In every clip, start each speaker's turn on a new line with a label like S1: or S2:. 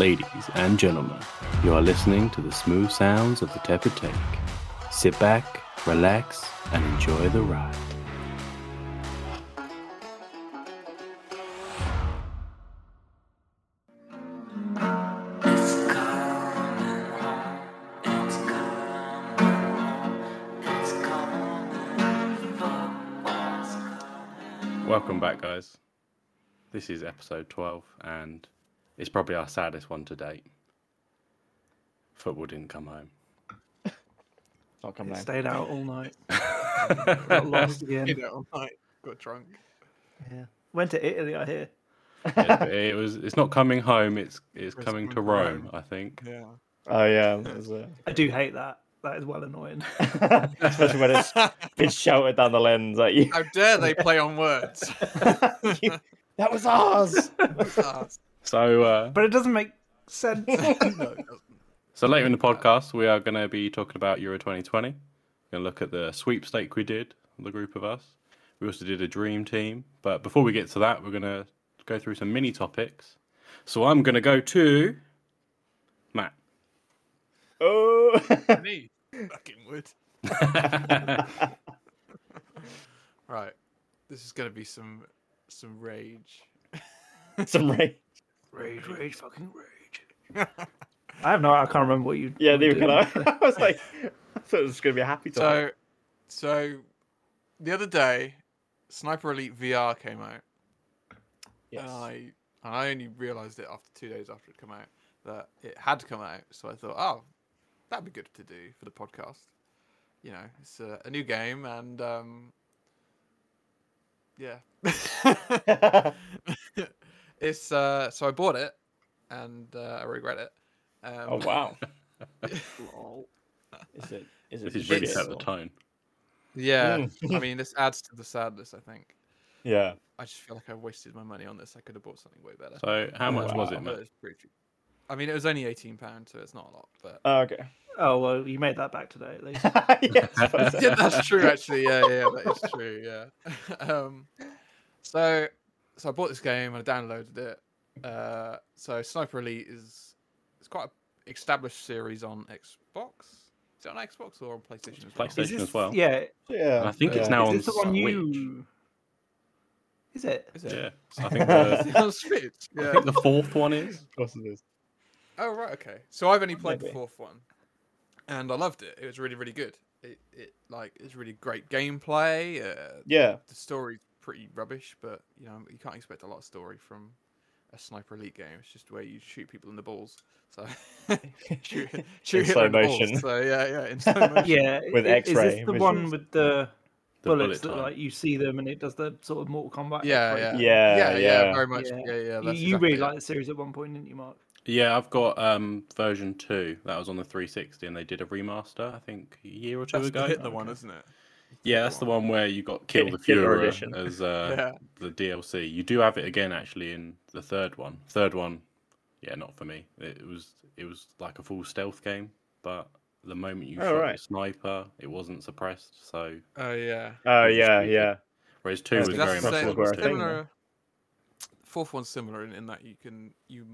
S1: Ladies and gentlemen, you are listening to the smooth sounds of the Tepid Take. Sit back, relax, and enjoy the ride. Welcome back, guys. This is episode 12, and it's probably our saddest one to date. Football didn't come home.
S2: I'll come
S3: It
S2: down.
S3: Stayed out all night. Got lost again.
S4: Stayed out all night. Got drunk.
S3: Yeah. Went to Italy, I hear.
S1: Yeah, but it was. It's not coming home. It's it's
S4: It's
S1: coming to
S4: coming to
S1: Rome. I think.
S4: Yeah.
S2: Oh yeah, it was, uh,
S3: I do hate that. That is well annoying.
S2: especially when it's it's shouted down the lens at you.
S4: How dare they play on words?
S2: You- that was ours.
S4: Ah,
S1: So uh,
S3: But it doesn't make sense.
S4: no,
S1: so later in the podcast, we are going to be talking about Euro 2020. We're going to look at the sweepstake we did, the group of us. We also did a dream team. But before we get to that, we're going to go through some mini topics. So I'm going to go to Matt.
S2: Oh,
S4: me. Fucking wood. Right. This is gonna be some some rage.
S2: some rain.
S3: rage, rage, fucking rage. I have no. I can't remember what you.
S2: Yeah,
S3: what you
S2: neither can I.
S3: did.
S2: I was like, I thought it was gonna be a happy time.
S4: So so the other day, Sniper Elite VR came out.
S2: yes.
S4: And I and I only realised it after two days after it come out that it had come out. So I thought, oh, that'd be good to do for the podcast. You know, it's a, a new game, and um, yeah, it's uh, so I bought it, and uh, I regret it. Um,
S2: oh wow.
S3: Lol.
S2: Is it? Is it?
S1: This is really
S4: It's-
S1: set the
S2: successful?
S1: tone.
S4: Yeah,
S2: Mm.
S1: Hmm.
S4: I mean, this adds to the sadness. I think
S2: Yeah.
S4: I just feel like I wasted my money on this. I could have bought something way better.
S1: So how much was
S2: Wow.
S1: it, Matt?
S4: But it's pretty cheap. I mean, it was only eighteen pounds, so it's not a lot, but
S2: Oh, okay.
S3: Oh well, you made that back today at least.
S2: yes, I suppose so.
S4: yeah, that's true. Actually, yeah, yeah, yeah, that is true. Yeah. um, so, so I bought this game and I downloaded it. Uh, so Sniper Elite is it's quite a established series on Xbox. Is it on Xbox or on PlayStation? as well?
S1: PlayStation. Station as well.
S3: Yeah.
S2: yeah.
S1: I think it's
S2: yeah.
S1: now
S3: is
S1: on
S3: this the one
S1: Switch.
S3: you? Is it?
S4: Is it?
S1: Yeah, I think the,
S4: Is it on Switch.
S1: I
S4: Yeah.
S1: think the fourth one is.
S2: Of course it is.
S4: Oh right, okay. So I've only played
S2: Maybe.
S4: the fourth one, and I loved it. It was really, really good. It, it like it's really great gameplay. Uh,
S2: Yeah.
S4: the story's pretty rubbish, but you know you can't expect a lot of story from a sniper elite game. It's just where you shoot people in the balls. So shoot, shoot
S2: slow
S4: Hitler in the balls.
S2: motion.
S4: So yeah, yeah, in slow motion.
S3: Yeah.
S2: With
S3: i- i- Is
S2: X-ray
S3: this the one
S2: visuals.
S3: with the,
S1: The
S3: bullets
S1: bullet
S3: that
S1: time.
S3: like you see them and it does the sort of Mortal Kombat?
S4: Yeah,
S3: X-ray
S4: yeah,
S3: thing?
S2: Yeah,
S4: yeah,
S2: yeah.
S4: very much. Yeah,
S3: Yeah.
S4: yeah.
S3: You,
S4: that's
S3: you really
S4: exactly it.
S3: liked the series at one point, didn't you, Mark?
S1: Yeah, I've got um version two that was on the 360, and they did a remaster. I think a year or two
S4: That's
S1: ago.
S4: the Hitler one, isn't it?
S1: Yeah, that's the one where you got Kill the
S2: Hitler
S1: Fuhrer
S2: edition.
S1: as uh,
S4: Yeah.
S1: the DLC. You do have it again actually in the third one. Third one, yeah, not for me. It was it was like a full stealth game, but the moment you
S2: Oh,
S1: shot
S2: right.
S1: the sniper, it wasn't suppressed. So
S4: Oh yeah.
S2: Oh
S1: It's
S2: yeah,
S1: really
S2: yeah.
S1: whereas two
S2: That's
S1: was
S2: the
S1: very
S2: same-
S1: much
S2: Russell
S1: what
S2: Crowe
S1: was
S2: Crowe thing,
S1: doing.
S2: though.
S4: similar. Fourth one's similar in, in that you can you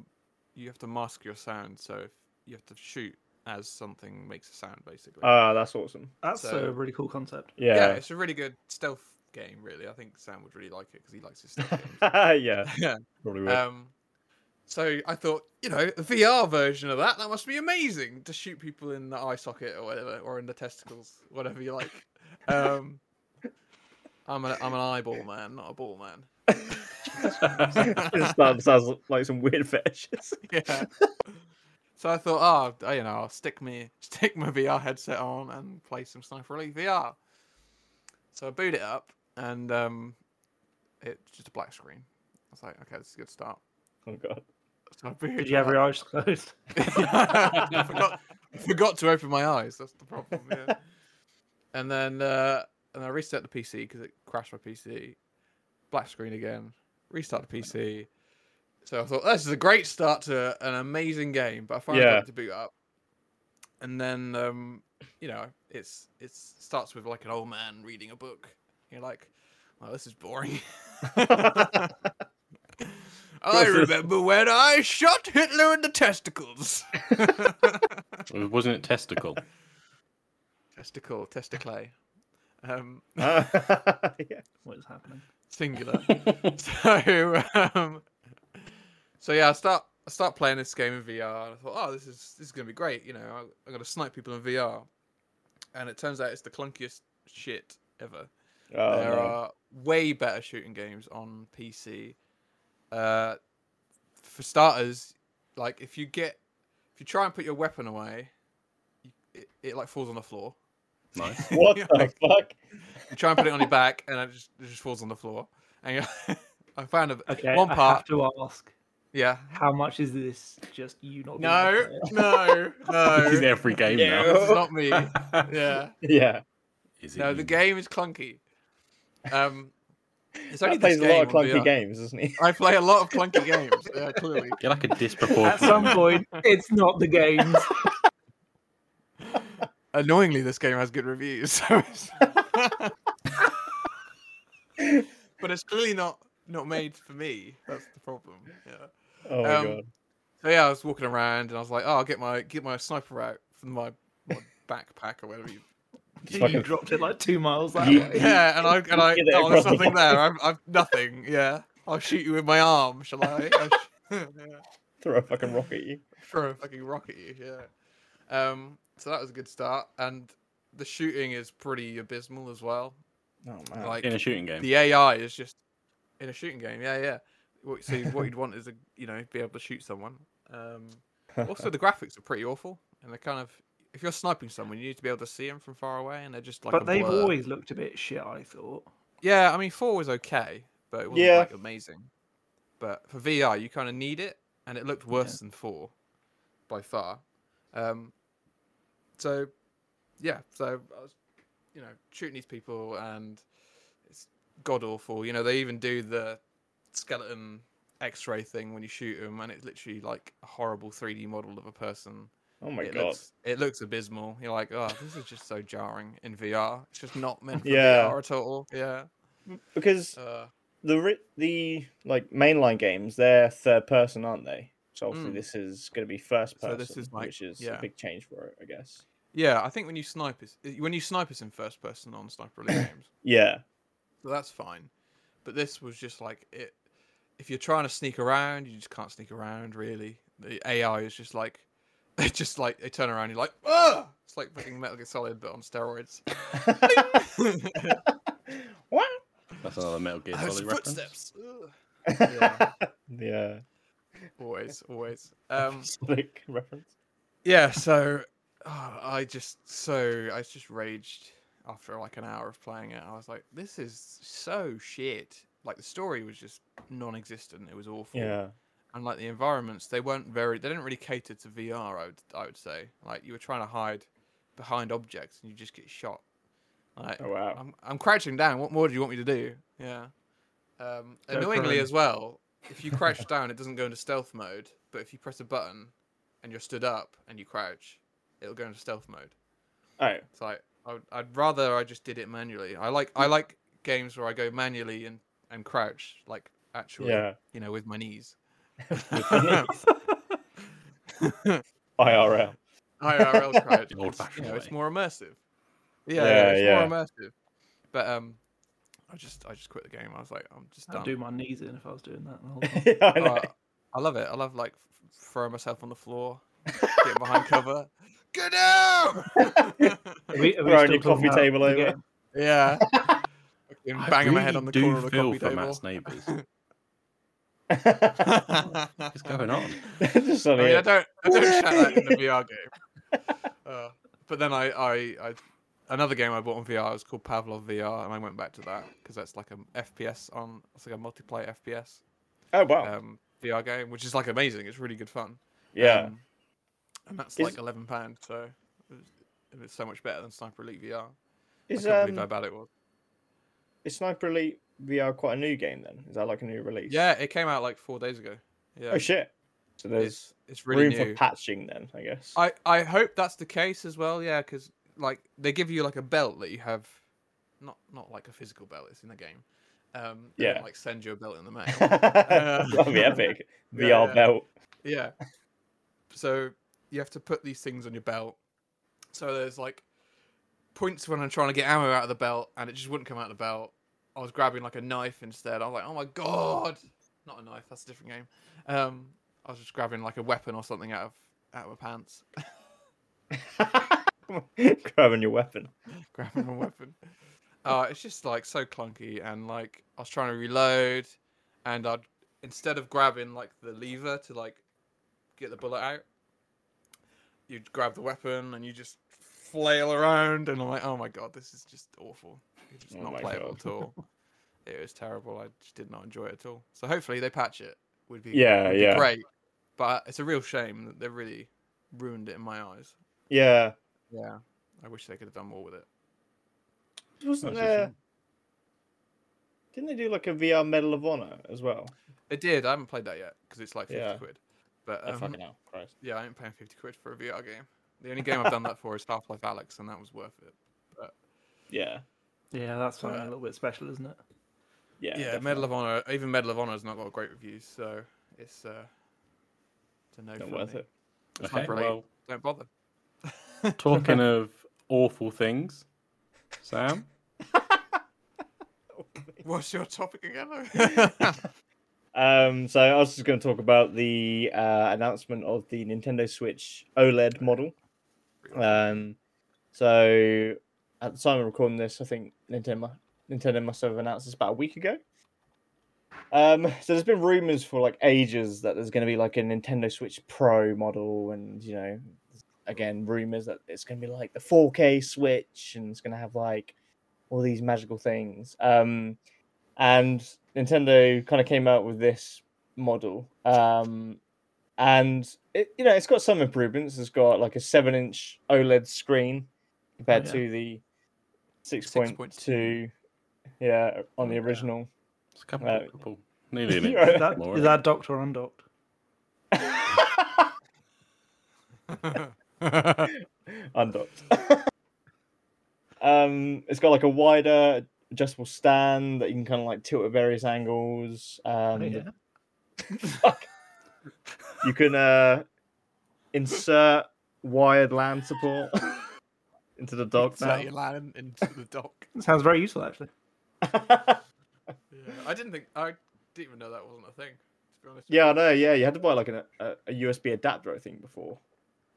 S4: you have to mask your sound, so if you have to shoot as something makes a sound, basically.
S2: Ah, that's awesome.
S3: That's
S4: So-
S3: a really cool concept.
S4: yeah.
S2: Yeah.
S4: it's a really good stealth game. Really, I think Sam would really like it because he likes his stealth games.
S2: Yeah.
S4: Yeah.
S2: Probably would.
S4: Um, so I thought, you know, the VR version of that, that must be amazing to shoot people in the eye socket or whatever, or in the testicles, whatever you like. Um, I'm, a, I'm an eyeball man, not a ball man.
S2: Just sounds, sounds like some weird fetishes.
S4: Yeah. so I thought, oh, you know, I'll stick me stick my VR headset on and play some Sniper Elite VR. So I boot it up, and um, it's just a black screen. I was like, okay, this is a good start.
S2: Oh god.
S4: So I booted
S3: Did you have
S4: up.
S3: your eyes closed?
S4: I forgot, forgot to open my eyes. That's the problem. Yeah. and then uh, and I reset the PC because it crashed my PC. Black screen again. Restart the PC. So I thought this is a great start to an amazing game. But I finally
S2: Yeah.
S4: got it to boot up. And then um, you know it's it's starts with like an old man reading a book. You're like, well, this is boring. I remember when I shot Hitler in the testicles.
S1: Wasn't it testicle?
S4: Testicle, testicle. Um,
S2: yeah.
S3: What is happening?
S4: singular. so, um, so yeah, I start I start playing this game in VR, and I thought, oh, this is this is gonna be great. You know, I, I'm gonna snipe people in VR, and it turns out it's the clunkiest shit ever.
S2: Oh,
S4: there
S2: no.
S4: are way better shooting games on PC. Uh, for starters, like if you get if you try and put your weapon away, you- it, it like falls on the floor.
S1: Nice.
S2: What
S4: Yeah,
S2: the fuck?
S4: You try and put it on your back, and it just it just falls on the floor. And you I found a,
S3: Okay,
S4: one
S3: I
S4: part.
S3: have to ask,
S4: Yeah.
S3: how much is this just you not? being
S4: No,
S3: okay?
S4: no, no.
S1: This is every game
S2: Yeah.
S4: It's not me.
S1: now.
S4: Yeah.
S2: Yeah.
S1: Is it
S4: No, the
S1: you?
S4: game is clunky. Um, it's
S2: He
S4: only
S2: plays
S4: this
S2: a lot of
S4: game on
S2: clunky
S4: VR.
S2: games, doesn't he?
S4: I play a lot of clunky games. Yeah, clearly.
S1: You're like a
S3: At
S1: disproportionate.
S3: some point, it's not the games.
S4: Annoyingly, this game has good reviews. So it's... but it's clearly not not made for me. That's the problem. Yeah.
S2: Oh my
S4: Um,
S2: god.
S4: So yeah, I was walking around and I was like, oh, I'll get my get my sniper out from my, my backpack or whatever you
S2: Just fucking-
S3: you dropped it like two miles that
S2: Ye-
S3: way.
S4: Yeah, and I and I
S2: Get it
S4: oh, there's
S2: across the
S4: nothing there. I've, I've nothing. Yeah, I'll shoot you with my arm. Shall I? I sh- yeah.
S2: Throw a fucking rock at you.
S4: Throw a fucking rock at you. Yeah. Um. So that was a good start, and the shooting is pretty abysmal as well.
S2: Oh man.
S4: Like
S1: in a shooting game.
S4: the AI is just in a shooting game. Yeah, yeah. What- So what you'd want is a you know be able to shoot someone. Um. Also, the graphics are pretty awful, and they're kind of if you're sniping someone, you need to be able to see them from far away, and they're just like. a
S3: but they've
S4: blur.
S3: always looked a bit shit. I thought.
S4: Yeah, I mean, four was okay, but it wasn't
S2: Yeah.
S4: like amazing. But for VR, you kind of need it, and it looked worse than four by far. Um, so, yeah, so I was, you know, shooting these people, and it's god awful. You know, they even do the skeleton X-ray thing when you shoot them, and it's literally like a horrible 3D model of a person.
S2: oh my
S4: it
S2: god.
S4: looks, it looks abysmal. You're like, oh, this is just so jarring in VR. It's just not meant for
S2: Yeah.
S4: VR at all. Yeah.
S2: Because
S4: Uh,
S2: the ri- the like mainline games, they're third person, aren't they? So obviously
S4: Mm.
S2: this is going to be first
S4: So
S2: person,
S4: this is, like,
S2: which is
S4: yeah.
S2: a big change for it, I guess.
S4: yeah, I think when you snipe it's it- when you snipe it's in first person on sniper elite games,
S2: Yeah.
S4: so that's fine. But this was just like it. If you're trying to sneak around, you just can't sneak around. Really, the AI is just like they just like they turn around. You're like, ah! It's like fucking Metal Gear Solid, but on steroids.
S2: what?
S1: That's another Metal Gear
S4: Those
S1: Solid reference.
S4: footsteps. Ugh. Yeah.
S2: Yeah.
S4: always, always. Um,
S2: Sonic reference.
S4: yeah so oh, i just so i just raged after like an hour of playing it i was like this is so shit like the story was just non-existent it was awful
S2: Yeah.
S4: and like the environments they weren't very they didn't really cater to vr i would i would say like you were trying to hide behind objects and you just get shot like
S2: Oh wow.
S4: I'm, I'm crouching down. What more do you want me to do? Yeah. Um,
S3: Don't
S4: annoyingly,
S3: cry.
S4: as well, if you crouch down, it doesn't go into stealth mode. But if you press a button and you're stood up and you crouch, it'll go into stealth mode.
S2: Oh.
S4: So I, I would, I'd rather I just did it manually. I like I like games where I go manually and, and crouch like actually,
S2: Yeah.
S4: you know, with my knees.
S2: IRL.
S4: IRL crowd.
S1: The
S4: It's, you
S1: old-fashioned
S4: know, it's
S1: way.
S4: more immersive. Yeah,
S2: Yeah,
S4: yeah, it's
S2: yeah.
S4: more immersive. But um, I just I just quit the game. I was like, I'm just
S3: I'd
S4: done.
S3: do my knees in if I was doing that. The whole time.
S2: yeah, I know.
S4: Uh, I love it. I love like f- throwing myself on the floor, getting behind cover. Get down!
S3: Are we, are we
S2: Throwing
S3: still
S2: your
S3: talking
S2: coffee
S3: about
S2: table
S3: the
S2: over.
S3: game?
S4: yeah. Fucking
S1: I
S4: banging my head
S1: really
S4: on the
S1: do
S4: corner of the
S1: feel
S4: coffee
S1: for Matt's
S4: table.
S1: neighbours.
S4: What's
S1: What's going on?
S2: Just
S4: I
S2: on
S4: mean, I
S2: here.
S4: don't, I don't shout that in the VR game. Uh, but then I, I, I, another game I bought on VR was called Pavlov VR, and I went back to that because that's like an FPS on, it's like a multiplayer FPS
S2: Oh wow.
S4: um, VR game, which is like amazing. It's really good fun.
S2: yeah.
S4: Um, and that's
S2: Is-
S4: like eleven pound, so it was- it was so much better than Sniper Elite VR.
S2: is
S4: I can't believe how
S2: um
S4: bad it was.
S2: is Sniper Elite VR quite a new game then? Is that like a new release?
S4: Yeah, it came out like four days ago. Yeah,
S2: Oh shit. So there's
S4: it's it's really
S2: room for
S4: new.
S2: patching then, I guess.
S4: I I hope that's the case as well. Yeah, because like they give you like a belt that you have, not not like a physical belt. It's in the game. Um, they don't,
S2: Yeah.
S4: like send you a belt in the mail. Uh,
S2: That'd be epic.
S4: Yeah,
S2: VR
S4: yeah.
S2: belt.
S4: Yeah. So you have to put these things on your belt. So there's like points when I'm trying to get ammo out of the belt and it just wouldn't come out of the belt. I was grabbing like a knife instead. I was like, oh my god, not a knife. That's a different game. Um, I was just grabbing like a weapon or something out of out of my pants,
S2: Grabbing your weapon.
S4: grabbing my weapon. Uh, it's just like so clunky and like I was trying to reload, and I'd instead of grabbing like the lever to like get the bullet out, you'd grab the weapon and you just flail around and I'm like, oh my god, this is just awful. It's just
S2: Oh
S4: not
S2: my
S4: playable
S2: God.
S4: at all. it was terrible. I just did not enjoy it at all. So hopefully they patch it. Would be
S2: Yeah,
S4: would be
S2: yeah.
S4: great. But it's a real shame that they really ruined it in my eyes.
S2: Yeah.
S4: Yeah. I wish they could have done more with it.
S2: Wasn't
S1: That's a
S2: there? Didn't they do like a VR Medal of Honor as well?
S4: It did. I haven't played that yet because it's like fifty
S2: Yeah.
S4: quid. But
S2: Oh,
S4: um,
S2: fucking hell, Christ.
S4: yeah, I ain't paying fifty quid for a VR game. The only game I've done that for is Half Life Alex, and that was worth it.
S2: Yeah.
S3: Yeah, that's something a
S4: Uh,
S3: little bit special, isn't it?
S2: Yeah.
S4: yeah, Medal of Honor. Even Medal of Honor's not got great reviews, so it's uh, it's a no.
S2: Not
S4: for
S2: worth
S4: me.
S2: it.
S4: It's
S1: Okay,
S4: not brilliant.
S1: well,
S4: Don't bother.
S1: talking of awful things, Sam,
S4: What's your topic again?
S2: Um, so I was just going to talk about the uh, announcement of the Nintendo Switch OLED model. Um, so at the time of recording this, I think Nintendo mu- Nintendo must have announced this about a week ago. Um, so there's been rumors for like ages that there's going to be like a Nintendo Switch Pro model, and you know, again, rumors that it's going to be like the 4K Switch, and it's going to have like all these magical things. Um, and Nintendo kind of came out with this model. Um, and it, you know, it's got some improvements. It's got like a seven-inch OLED E screen compared
S3: yeah.
S2: to the six point
S4: 6.2.
S2: two, yeah, on the
S4: Yeah.
S2: original.
S1: it's a couple,
S2: Uh,
S1: couple nearly an inch.
S2: You're
S3: Is that,
S1: more,
S3: is
S1: eh?
S3: that docked or undocked?
S2: Undocked. um, it's got like a wider adjustable stand that you can kind of like tilt at various angles. Um,
S3: Oh, yeah.
S2: You can uh, insert wired LAN support into the dock now.
S4: Insert your land into the dock.
S3: Sounds very useful, actually.
S4: Yeah, I didn't think I didn't even know that wasn't a thing. To be honest. with
S2: yeah, I know. Yeah, you had to buy like an, a, a USB adapter, I think, before.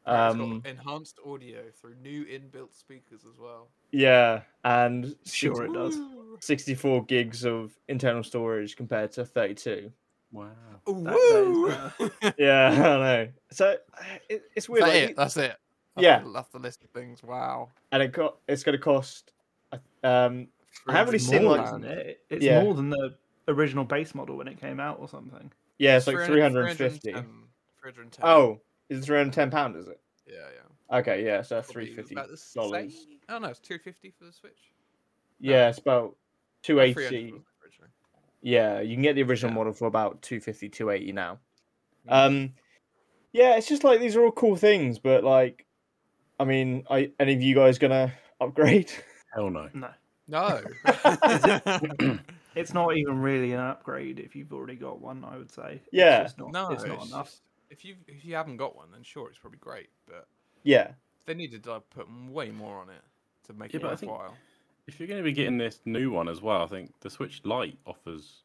S4: you. It's got
S2: Um,
S4: enhanced audio through new inbuilt speakers as well.
S2: yeah, and
S3: Sure it does.
S4: Woo!
S2: 64 gigs of internal storage compared to 32.
S1: Wow.
S4: Woo!
S3: that uh,
S4: Is
S2: yeah, I know. So it, it's weird,
S4: that
S2: like,
S4: it? That's it. That's
S2: Yeah.
S4: the- That's the list of things. Wow.
S2: and it got it's going to cost. uh, Um, I haven't really
S3: It's
S2: seen
S3: more,
S2: like
S3: isn't it? It's
S2: Yeah.
S3: more than the original base model when it came out or something.
S2: yeah, it's like three hundred and fifty.
S4: 310.
S2: Oh, is three hundred ten pound? Is it?
S4: Yeah, yeah.
S2: Okay, yeah, so
S4: Probably
S2: three fifty
S4: about the same-
S2: dollars.
S4: Oh no, it's two fifty for the Switch.
S2: Yeah, it's about two
S4: Oh, 300
S2: eighty.
S4: was it originally.
S2: Yeah, you can get the original
S4: Yeah.
S2: model for about 250, 280 now. Um, yeah, it's just like these are all cool things, but like, I mean, are any of you guys gonna upgrade?
S1: Hell no.
S3: No.
S4: No.
S3: It's not even really an upgrade if you've already got one, I would say.
S2: Yeah.
S3: It's just not,
S4: no,
S3: it's not
S4: it's
S3: enough.
S4: just- if you if you haven't got one, then sure, it's probably great. But
S2: yeah,
S4: they needed to like, put m- way more on it to make
S1: Yeah,
S4: it
S1: but I think-
S4: worthwhile.
S1: If you're going to be getting this new one as well, I think the Switch Lite offers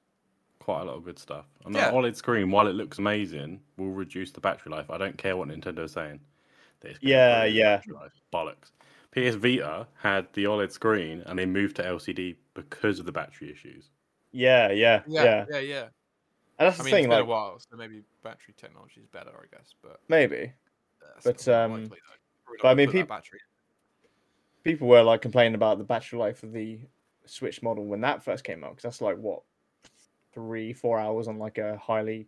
S1: quite a lot of good stuff. And
S4: Yeah.
S1: that OLED screen, while it looks amazing, will reduce the battery life. I don't care what Nintendo's saying. that it's gonna
S2: Yeah,
S1: improve the
S2: yeah.
S1: battery life. Bollocks. PS Vita had the OLED screen and they moved to LCD because of the battery issues.
S2: yeah, yeah, yeah.
S4: Yeah, yeah, yeah.
S2: And that's
S4: I
S2: the
S4: mean, it's
S2: thing,
S4: been a
S2: like,
S4: while, so maybe battery technology is better, I guess. But uh,
S2: maybe.
S4: that's
S2: But,
S4: probably
S2: um,
S4: unlikely, though. Probably not
S2: but I
S4: gonna
S2: mean,
S4: put that
S2: peop-
S4: battery.
S2: people were like complaining about the battery life of the Switch model when that first came out because that's like what three, four hours on like a highly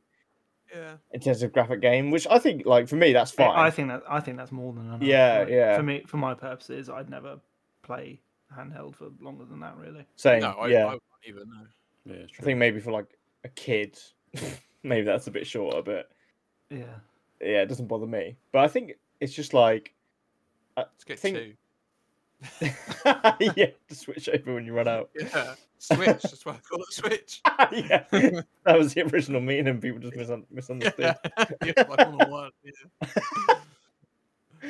S4: Yeah,
S2: intensive graphic game, which I think like for me that's
S3: I-
S2: fine.
S3: I think that I think that's more than enough.
S2: Yeah,
S3: like,
S2: yeah.
S3: For me, for my purposes, I'd never play handheld for longer than that. Really,
S2: Same,
S4: no, I,
S2: yeah.
S4: I
S2: I,
S4: wouldn't even know.
S1: Yeah, it's true.
S2: think maybe for like a kid, maybe that's a bit shorter, but
S3: yeah.
S2: yeah, it doesn't bother me. But I think it's just like
S4: Let's get
S2: think-
S4: two.
S2: yeah, to switch over when you run out.
S4: Yeah, Switch. that's why I call it Switch.
S2: yeah, that was the original meaning, and people just misun- misunderstood.
S4: Yeah, yeah like one on one. Yeah. Uh,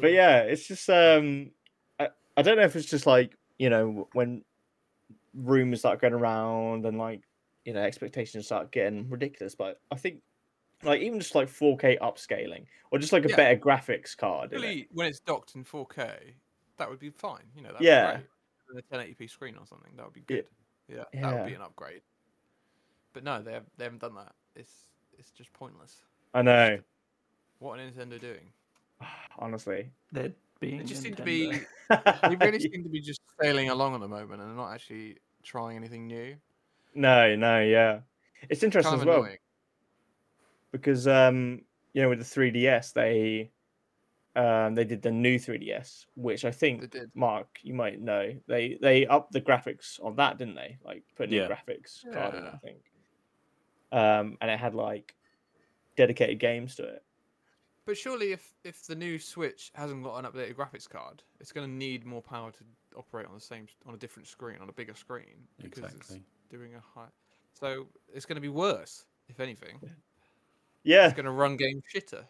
S2: but yeah, it's just um, I, I don't know if it's just like you know when rumors start going around and like you know expectations start getting ridiculous, but I think like even just like 4K upscaling or just like a
S4: Yeah.
S2: better graphics card. in it.
S4: Really, when it's docked in 4K, that would be fine. You know, that'd be
S2: Yeah.
S4: great. With a 1080p screen or something, that would be
S2: Yeah.
S4: good. Yeah, that would be
S2: Yeah.
S4: an upgrade. But no, they have, they haven't done that. It's it's just pointless.
S2: I know,
S4: What are Nintendo doing?
S2: honestly.
S3: They're being.
S4: They just seem to
S3: Nintendo.
S4: be they really seem to be just sailing along at the moment and not actually trying anything new.
S2: no, no, yeah. It's interesting
S4: Kind of
S2: as well
S4: annoying.
S2: because um you know with the 3ds they um they did the new 3ds which i
S4: They
S2: think
S4: did.
S2: mark you might know they they upped the graphics on that didn't they like put new
S1: Yeah.
S2: graphics card in
S4: Yeah.
S2: i think um and it had like dedicated games to it
S4: But surely, if if the new Switch hasn't got an updated graphics card, it's going to need more power to operate on the same on a different screen, on a bigger screen, because
S1: Exactly.
S4: it's doing a high. So it's going to be worse, if anything.
S2: yeah
S4: It's going to run game shitter.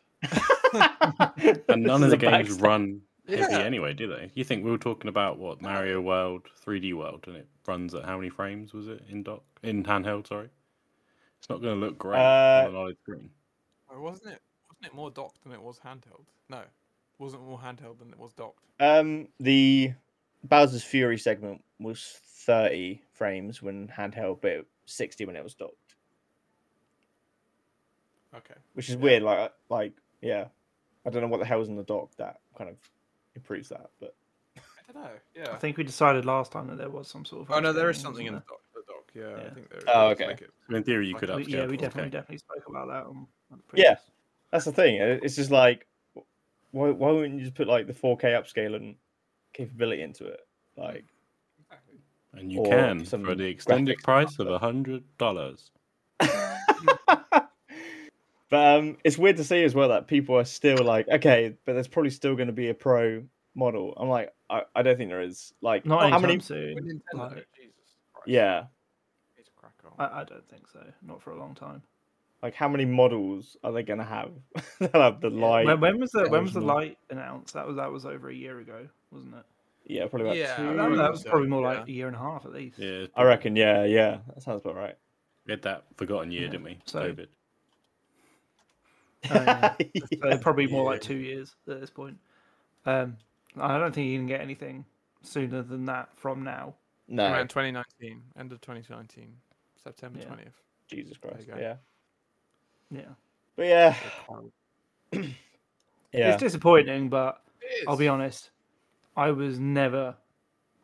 S1: And none
S2: This
S1: of
S2: is
S1: the
S2: a
S1: games
S2: backstab.
S1: run heavy
S4: Yeah.
S1: anyway, do they? You think we were talking about what
S4: No.
S1: Mario World, 3D World, and it runs at how many frames was it in dock in handheld? Sorry, it's not going to look great
S2: Uh,
S1: on an OLED screen.
S4: Or wasn't it? Wasn't it more docked than it was handheld? No, it wasn't more handheld than it was docked.
S2: um the bowser's fury segment was 30 frames when handheld but it- 60 when it was docked
S4: Okay.
S2: which is
S4: Yeah.
S2: weird. Like, like, yeah, I don't know what the hell's in the dock that kind of improves that, but
S4: I don't know. Yeah.
S3: I think we decided last time that there was some sort of.
S4: oh no, there is
S3: upscaling,
S4: something in the
S3: wasn't
S4: dock. The dock. Yeah, I
S3: Yeah.
S4: think there is.
S2: Oh,
S4: Let's
S2: okay.
S4: make it-
S1: So in theory, you could
S3: there?
S1: upscale.
S3: We- yeah, we
S1: to 4K.
S3: definitely definitely spoke about that on. on the
S2: Yeah.
S3: previous-
S2: that's the thing. it- It's just like, why, why wouldn't you just put like the 4K upscale and capability into it? Like,
S4: Exactly.
S1: And you
S2: Or
S1: can
S2: some
S1: for the extended
S2: graphics
S1: price of hundred dollars.
S2: but um, it's weird to see as well that people are still like, okay, but there's probably still going to be a pro model. I'm like, I, I don't think there is. Like,
S3: Not
S2: Oh, how
S3: anytime
S2: many?
S4: With
S3: soon.
S4: Nintendo,
S3: Like,
S4: Jesus Christ.
S2: Yeah,
S4: Need to crack on.
S3: I, I don't think so. Not for a long time.
S2: like how many models are they going to have? They'll have the light.
S3: when, when was the when was the
S2: original.
S3: light announced? That was that was over a year ago, wasn't it?
S2: Yeah, probably about
S4: Yeah,
S2: two.
S3: That, that was
S4: so,
S3: probably more
S4: yeah.
S3: like a year and a half at least.
S1: Yeah,
S2: I reckon. Yeah, yeah, that sounds about right.
S1: we had that forgotten year,
S3: Yeah,
S1: didn't we?
S3: so-
S1: COVID.
S3: Oh, yeah. So
S2: Yeah.
S3: probably more like
S1: Yeah.
S3: two years at this point. Um, I don't think you can get anything sooner than that from now.
S2: No,
S4: Around 2019, end of 2019, September
S3: Yeah.
S4: 20th.
S2: Jesus Christ.
S4: go.
S2: Yeah.
S3: Yeah,
S2: But yeah,
S3: it's
S2: yeah.
S3: disappointing, but I'll be honest, I was never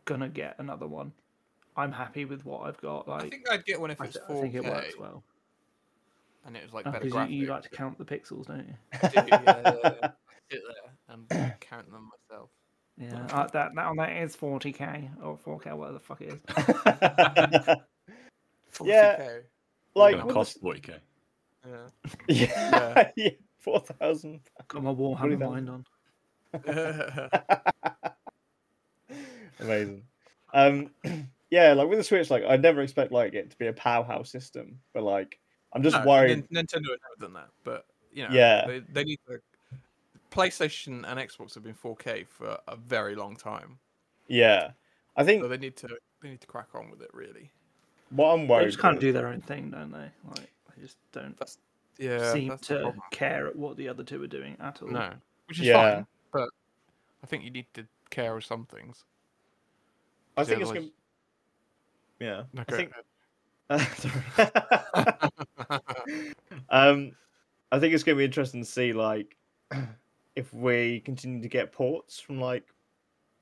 S3: gonna get another one. I'm happy with what I've got. Like,
S4: I think I'd get one if
S3: I
S4: it's
S3: th- I
S4: 4K
S3: think it works well
S4: and it was like better
S3: because
S4: graphics.
S3: you, you like to count the pixels, don't you?
S4: I do, yeah, yeah, yeah. I sit there and count them myself.
S3: Yeah, uh, that now that is 40k or 4k, whatever the fuck it is.
S2: Yeah.
S4: 40K,
S1: Like,
S2: like,
S1: going
S2: with
S1: cost
S2: this-
S1: forty k.
S4: Yeah.
S2: yeah, yeah. 4,000.
S3: Got my
S2: Really
S3: Warhammer
S2: bad.
S3: mind on.
S2: Amazing. Um, yeah, like with the Switch, like, I'd never expect like it to be a powerhouse system, but like, I'm just
S4: No,
S2: worried.
S4: Nin- Nintendo had never done that, but you know,
S2: Yeah.
S4: they, they need to. PlayStation and Xbox have been 4K for a very long time,
S2: Yeah. I
S4: so
S2: think
S4: they need to they need to crack on with it. Really,
S2: what
S3: They
S2: I'm worried.
S3: just kind of
S2: with-
S3: do their own thing, don't they? Like, they just don't
S4: yeah,
S3: seem
S4: that's the
S3: to
S4: problem.
S3: care at what the other two are doing at all.
S4: No, which is
S2: Yeah.
S4: fine, but I think you need to care of some things.
S2: I
S4: the
S2: think it's
S4: other
S2: going to. Yeah. I
S4: Okay.
S2: think Sorry. um, I think it's going to be interesting to see like if we continue to get ports from like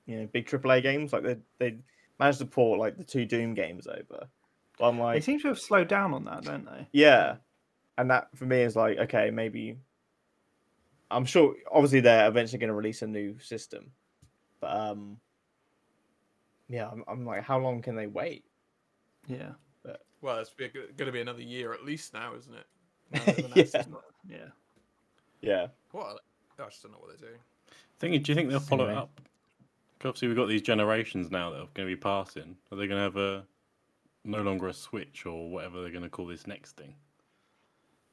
S2: you know big AAA games. Like they they managed to port like the two Doom games over. But I'm
S3: They
S2: like,
S3: seem to have slowed down on that, don't they?
S2: yeah, and that for me is like, okay, maybe. I'm sure. Obviously, they're eventually going to release a new system, but um, yeah, I'm, I'm like, how long can they wait?
S3: Yeah.
S4: Well, it's going to be another year at least now, isn't it? Now
S2: they've announced it's Yeah.
S3: Yeah.
S2: Yeah,
S4: What? are they- I just don't know what they're doing.
S1: Thing is, do you think they'll follow it
S2: Anyway.
S1: up? Obviously, we've got these generations now that are going to be passing. Are they going to have a no longer a Switch or whatever they're going to call this next thing?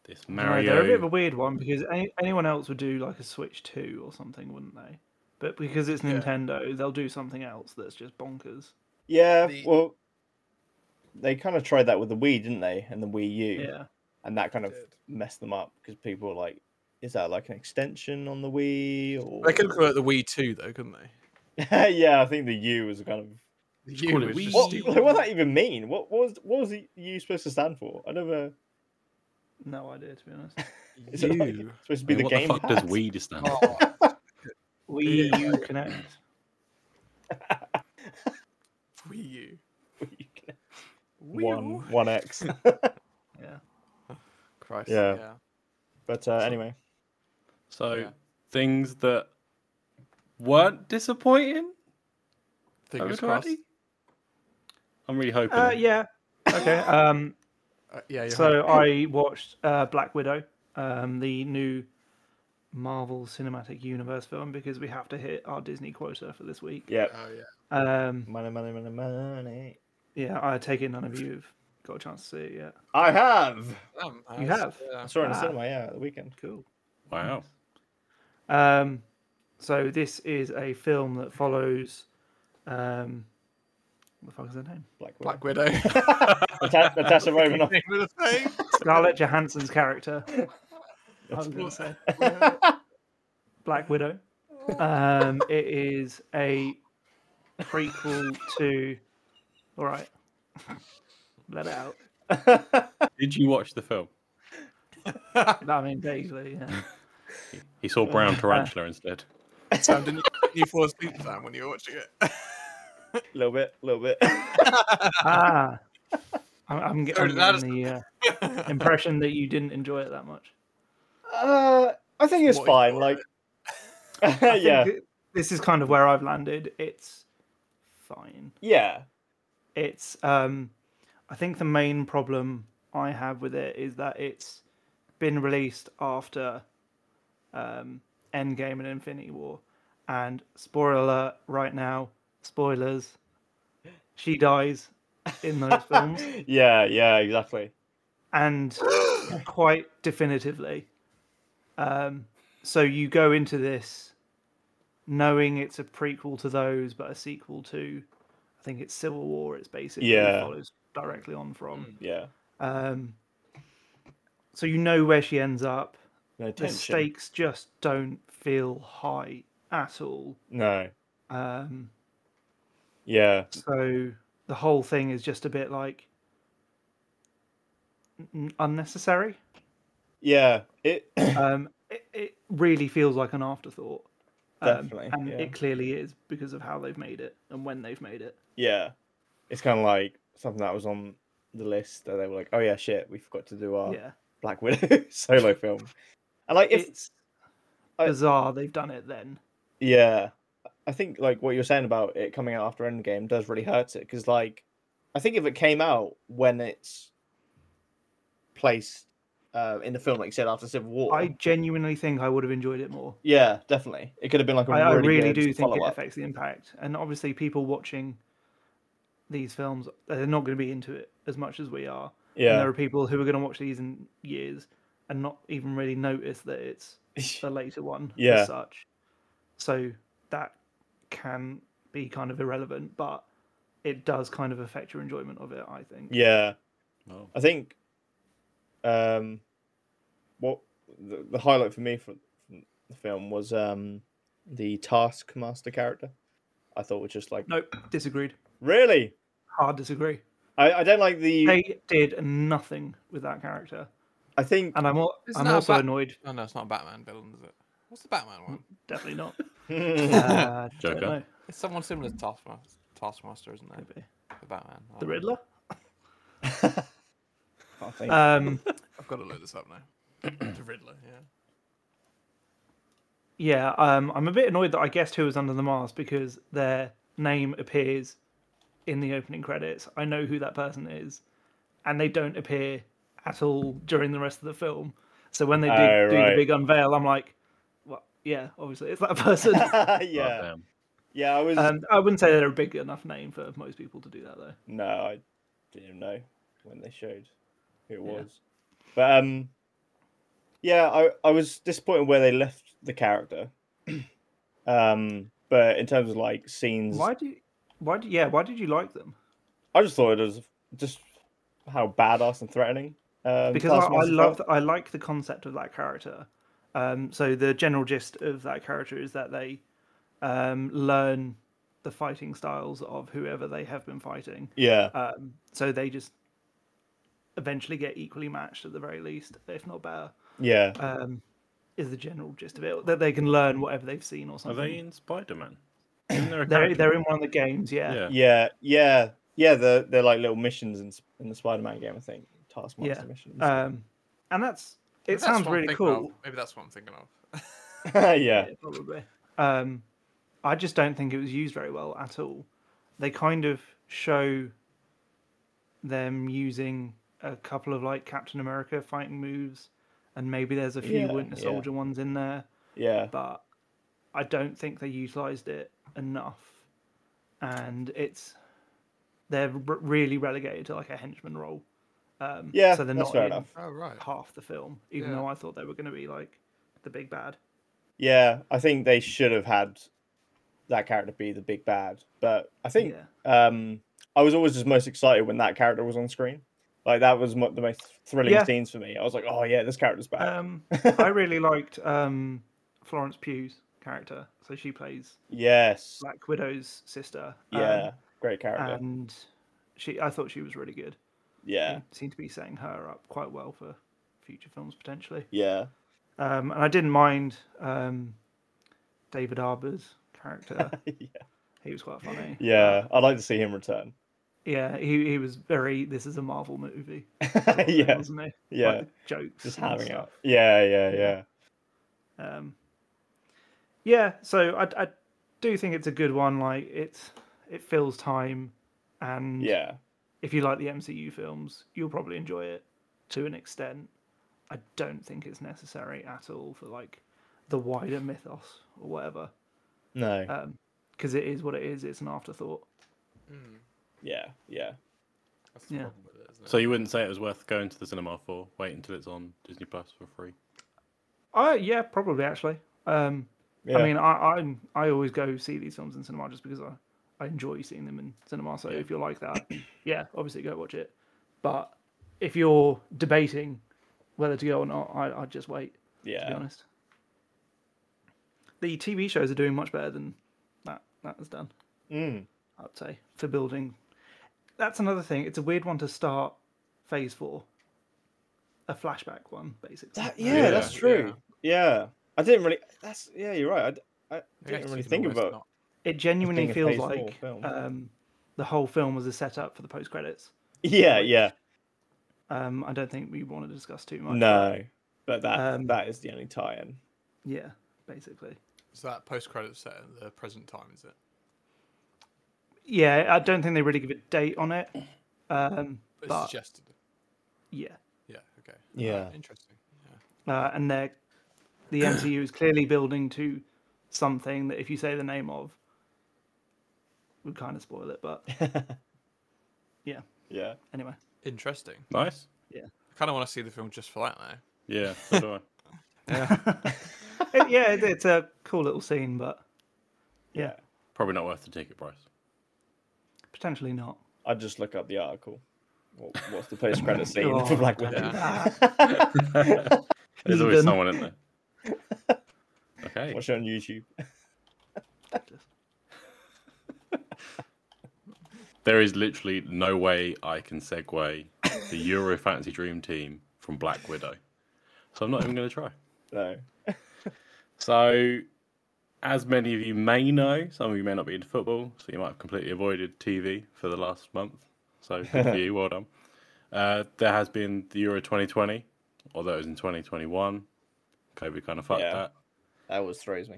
S1: This
S3: No, they're a bit of
S1: Mario.
S3: a weird one because any, anyone else would do like a Switch 2 or something, wouldn't they? But because it's Nintendo, they'll do something else that's just bonkers.
S2: Yeah,
S4: The-
S2: well, they kind of tried that with the Wii, didn't they? And the Wii U,
S3: Yeah.
S2: and that kind of
S4: Did.
S2: messed them up because people were like, "Is that like an extension on the Wii?" Or
S4: They could call it the Wii 2, though, couldn't they?
S2: yeah, I think the U was kind of
S4: The
S1: Just call it
S4: was just
S1: Wii.
S2: what,
S4: stupid.
S2: like, what did that even mean? What, what was what was the U supposed to stand for? I never.
S3: No idea, to be honest.
S2: Is it like,
S4: You.
S2: supposed to be
S1: I mean,
S2: the
S1: what
S2: game?
S1: the fuck does
S2: pad?
S1: Wii stand for?
S4: Oh,
S3: We you connect.
S4: Wii U. Wii U.
S2: one one X.
S3: Yeah.
S4: Christ.
S2: Yeah.
S4: yeah.
S2: But uh, anyway,
S1: So
S4: Yeah.
S1: things that weren't disappointing.
S4: Fingers
S1: already?
S4: crossed.
S1: I'm really hoping.
S3: Uh, yeah. Okay. Um,
S4: Uh, yeah, you're
S3: so
S4: right.
S3: I watched uh, Black Widow, um, the new Marvel Cinematic Universe film, because we have to hit our Disney quota for this week.
S2: yeah,
S4: Oh yeah.
S3: Um,
S2: money, money, money, money.
S3: yeah, I take it none of you have got a chance to see it yet.
S2: I have.
S4: Um,
S3: You
S4: that's-
S3: have?
S4: yeah.
S2: I saw it in the
S3: Ah.
S2: cinema. Yeah, at the weekend.
S3: Cool.
S1: Wow.
S3: Um, so this is a film that follows. Um, what the fuck is her name?
S2: Black Widow.
S4: Black Widow.
S2: Nata- Natasha Romanoff.
S4: Name of the thing.
S3: Scarlett Johansson's character. I was going to
S4: That's
S3: say Black Widow. Um, it is a prequel to. All right, let it out.
S1: Did you watch the film?
S3: I mean, vaguely. Yeah.
S1: He saw
S3: Uh,
S1: Brown Tarantula instead.
S4: Sam, didn't you, didn't you fall asleep, Sam, when you were watching it?
S2: A little bit, a little bit.
S3: Ah, I'm, I'm
S4: So
S3: getting
S4: that
S3: I'm getting the uh, impression that you didn't enjoy it that much.
S2: uh, I think it's
S4: What you
S2: fine.
S4: thought,
S2: Like,
S3: I think
S2: yeah,
S3: th- this is kind of where I've landed. It's fine.
S2: yeah,
S3: it's um i think the main problem i have with it is that it's been released after um endgame and infinity war and spoiler alert right now spoilers she dies in those films
S2: yeah, yeah, exactly.
S3: and quite definitively um so you go into this knowing it's a prequel to those but a sequel to i think it's civil war it's basically
S2: Yeah.
S3: follows directly on from
S2: Yeah,
S3: um, so you know where she ends up.
S2: no
S3: The
S2: tension.
S3: stakes just don't feel high at all.
S2: No,
S3: Um,
S2: yeah,
S3: so the whole thing is just a bit like n- unnecessary.
S2: yeah. It
S3: Um, it, it really feels like an afterthought. um,
S2: Definitely,
S3: and
S2: yeah.
S3: it clearly is because of how they've made it and when they've made it.
S2: yeah, it's kind of like something that was on the list that they were like, oh yeah, shit, we forgot to do our
S3: yeah,
S2: Black Widow solo film. And like, if
S3: it's
S2: I-
S3: bizarre they've done it then.
S2: Yeah, I think like what you're saying about it coming out after Endgame does really hurt it because like I think if it came out when it's placed uh, in the film, like you said, after Civil War,
S3: I genuinely think I would have enjoyed it more.
S2: yeah, definitely it could have been like a
S3: I, I
S2: really,
S3: really
S2: good
S3: do think it
S2: follow-up.
S3: affects the impact. And obviously, people watching these films, they're not going to be into it as much as we are. And there
S2: Yeah,
S3: are people who are going to watch these in years and not even really notice that it's the later one
S2: Yeah.
S3: as such. So that can be kind of irrelevant, but it does kind of affect your enjoyment of it, I think.
S2: yeah.
S1: Oh.
S2: I think um, what the, the highlight for me from from the film was um the Taskmaster character. I thought was just like
S3: Nope, disagreed.
S2: really.
S3: Hard disagree.
S2: I, I don't like the.
S3: They did nothing with that character.
S2: I think
S3: And I'm, al-
S4: It's
S3: I'm
S4: not a
S3: also
S4: ba-
S3: annoyed.
S4: Oh no, it's not a Batman villain, is it? What's the Batman one?
S3: Definitely not.
S2: Hmm.
S3: Uh, don't
S1: Joker.
S3: know.
S4: It's someone similar to Taskmaster, Taskmaster isn't it?
S3: Maybe.
S4: The Batman. I
S3: The
S4: don't know.
S3: Riddler.
S2: Can't think.
S3: Um,
S4: I've got to look this up now. the Riddler, yeah.
S3: yeah, um, I'm a bit annoyed that I guessed who was under the mask because their name appears in the opening credits. I know who that person is, and they don't appear at all during the rest of the film. So when they did
S2: Oh,
S3: do
S2: right.
S3: the big unveil, I'm like, well, yeah, obviously it's that person.
S2: yeah,
S1: Goddamn.
S2: Yeah, I was.
S3: Um, I wouldn't say they're a big enough name for most people to do that though.
S2: No, I didn't know when they showed who it
S3: Yeah.
S2: was. But um yeah, I, I was disappointed where they left the character. um but in terms of like scenes
S3: Why do you, why do yeah, why did you like them?
S2: I just thought it was just how badass and threatening. Um,
S3: Because I, I
S2: Taskmaster
S3: love
S2: felt.
S3: I like the concept of that character. Um, so the general gist of that character is that they um, learn the fighting styles of whoever they have been fighting.
S2: Yeah.
S3: Um, so they just eventually get equally matched at the very least, if not better.
S2: Yeah.
S3: Um, is the general gist of it that they can learn whatever they've seen or
S1: Are
S3: something?
S1: they in Spider Man? They're,
S3: They're, they're in one of the games, yeah.
S1: yeah.
S2: yeah. Yeah. Yeah, they're, they're like little missions in, s- in the Spider-Man game, I think. Taskmaster
S3: Yeah,
S2: missions.
S3: Um, and that's it
S4: That's
S3: sounds
S4: what I'm
S3: really
S4: thinking of.
S3: cool.
S4: Maybe that's what I'm thinking of.
S2: yeah.
S3: Yeah, probably. Um, I just don't think it was used very well at all. They kind of show them using a couple of like Captain America fighting moves, and maybe there's a few
S2: Yeah,
S3: Winter
S2: yeah.
S3: Soldier ones in there,
S2: Yeah.
S3: but I don't think they utilized it enough. And it's they're r- really relegated to like a henchman role. Um,
S2: Yeah.
S3: so they're
S2: that's
S3: not
S2: fair
S3: in-
S2: enough.
S4: Oh right.
S3: half the film, even
S4: Yeah.
S3: though I thought they were going to be like the big bad.
S2: Yeah, I think they should have had that character be the big bad, but I think
S3: Yeah.
S2: um, I was always just most excited when that character was on screen. Like that was mo- the most thrilling
S3: Yeah.
S2: scenes for me. I was like, oh yeah, this character's back.
S3: Um, I really liked um, Florence Pugh's character. So she plays
S2: yes,
S3: Black Widow's sister. um,
S2: yeah, great character.
S3: and she, I thought she was really good.
S2: yeah,
S3: They Seemed to be setting her up quite well for future films potentially.
S2: yeah,
S3: Um, and I didn't mind um, David Arbor's character.
S2: yeah,
S3: he was quite funny.
S2: yeah. I'd like to see him return.
S3: Yeah, he, he was very. This is a Marvel movie.
S2: yeah,
S3: wasn't he?
S2: yeah.
S3: like, the jokes.
S2: just
S3: and
S2: having it.
S3: stuff.
S2: Yeah, yeah, yeah,
S3: Um, yeah, so I, I do think it's a good one. Like it's it fills time, and
S2: yeah,
S3: if you like the MCU films, you'll probably enjoy it to an extent. I don't think it's necessary at all for like the wider mythos or whatever,
S2: No,
S3: because it is what it is. It's an afterthought.
S2: yeah, yeah.
S4: That's the
S3: Yeah.
S4: problem with it, isn't it?
S1: So you wouldn't say it was worth going to the cinema for? Wait until it's on Disney Plus for free.
S3: Oh yeah, probably actually. Um,
S2: yeah.
S3: I mean, I I'm, I always go see these films in cinema just because I, I enjoy seeing them in cinema. So if you're like that, yeah, obviously go watch it. But if you're debating whether to go or not, I I'd just wait. To be
S2: yeah,
S3: honest, the TV shows are doing much better than that that has done.
S2: Mm.
S3: I'd say for building. That's another thing. It's a weird one to start phase four. A flashback one, basically.
S2: That-
S1: Yeah,
S2: yeah, that's
S4: yeah.
S2: true. Yeah. I didn't really. That's yeah, you're right. I d- I,
S4: I guess
S2: didn't
S4: you
S2: really
S4: can
S2: think
S4: almost
S2: about.
S4: not-
S3: it genuinely
S2: a
S3: feels
S2: phase four
S3: like
S2: film.
S3: um, the whole film was a setup for the post credits.
S2: Yeah, yeah.
S3: Um, I don't think we want to discuss too much.
S2: No, but that
S3: Um,
S2: that is the only tie-in.
S3: Yeah, basically.
S4: Is that post credit set in the present time? Is it?
S3: Yeah, I don't think they really give a date on it. Um,
S4: It's
S3: but
S4: suggested.
S3: yeah,
S4: Yeah. Okay.
S2: Yeah.
S4: Uh, interesting. Yeah.
S3: uh, and they're the MCU is clearly building to something that if you say the name of, would kind of spoil it. But yeah,
S2: Yeah,
S3: anyway,
S4: Interesting.
S1: Nice.
S4: I kind of want to see the film just for that now.
S1: Yeah. So do I.
S3: It- yeah, it, it's a cool little scene, but
S2: yeah.
S1: Probably not worth the ticket price.
S3: potentially not.
S2: I'd just look up the article. What, what's the post-credit scene for
S3: God,
S2: Black
S3: don't
S2: Widow?
S3: do
S4: Yeah.
S3: that.
S1: There's always
S3: Eden.
S1: someone in there. Okay.
S2: Watch it on YouTube.
S1: There is literally no way I can segue the Euro Fantasy Dream Team from Black Widow. So I'm not even going to try.
S2: No.
S1: So, as many of you may know, some of you may not be into football, so you might have completely avoided TV for the last month. So, good for you, well done. Uh, there has been the Euro 2020, although it was in 2021. COVID kind of fucked
S2: Yeah.
S1: that,
S2: That always throws me.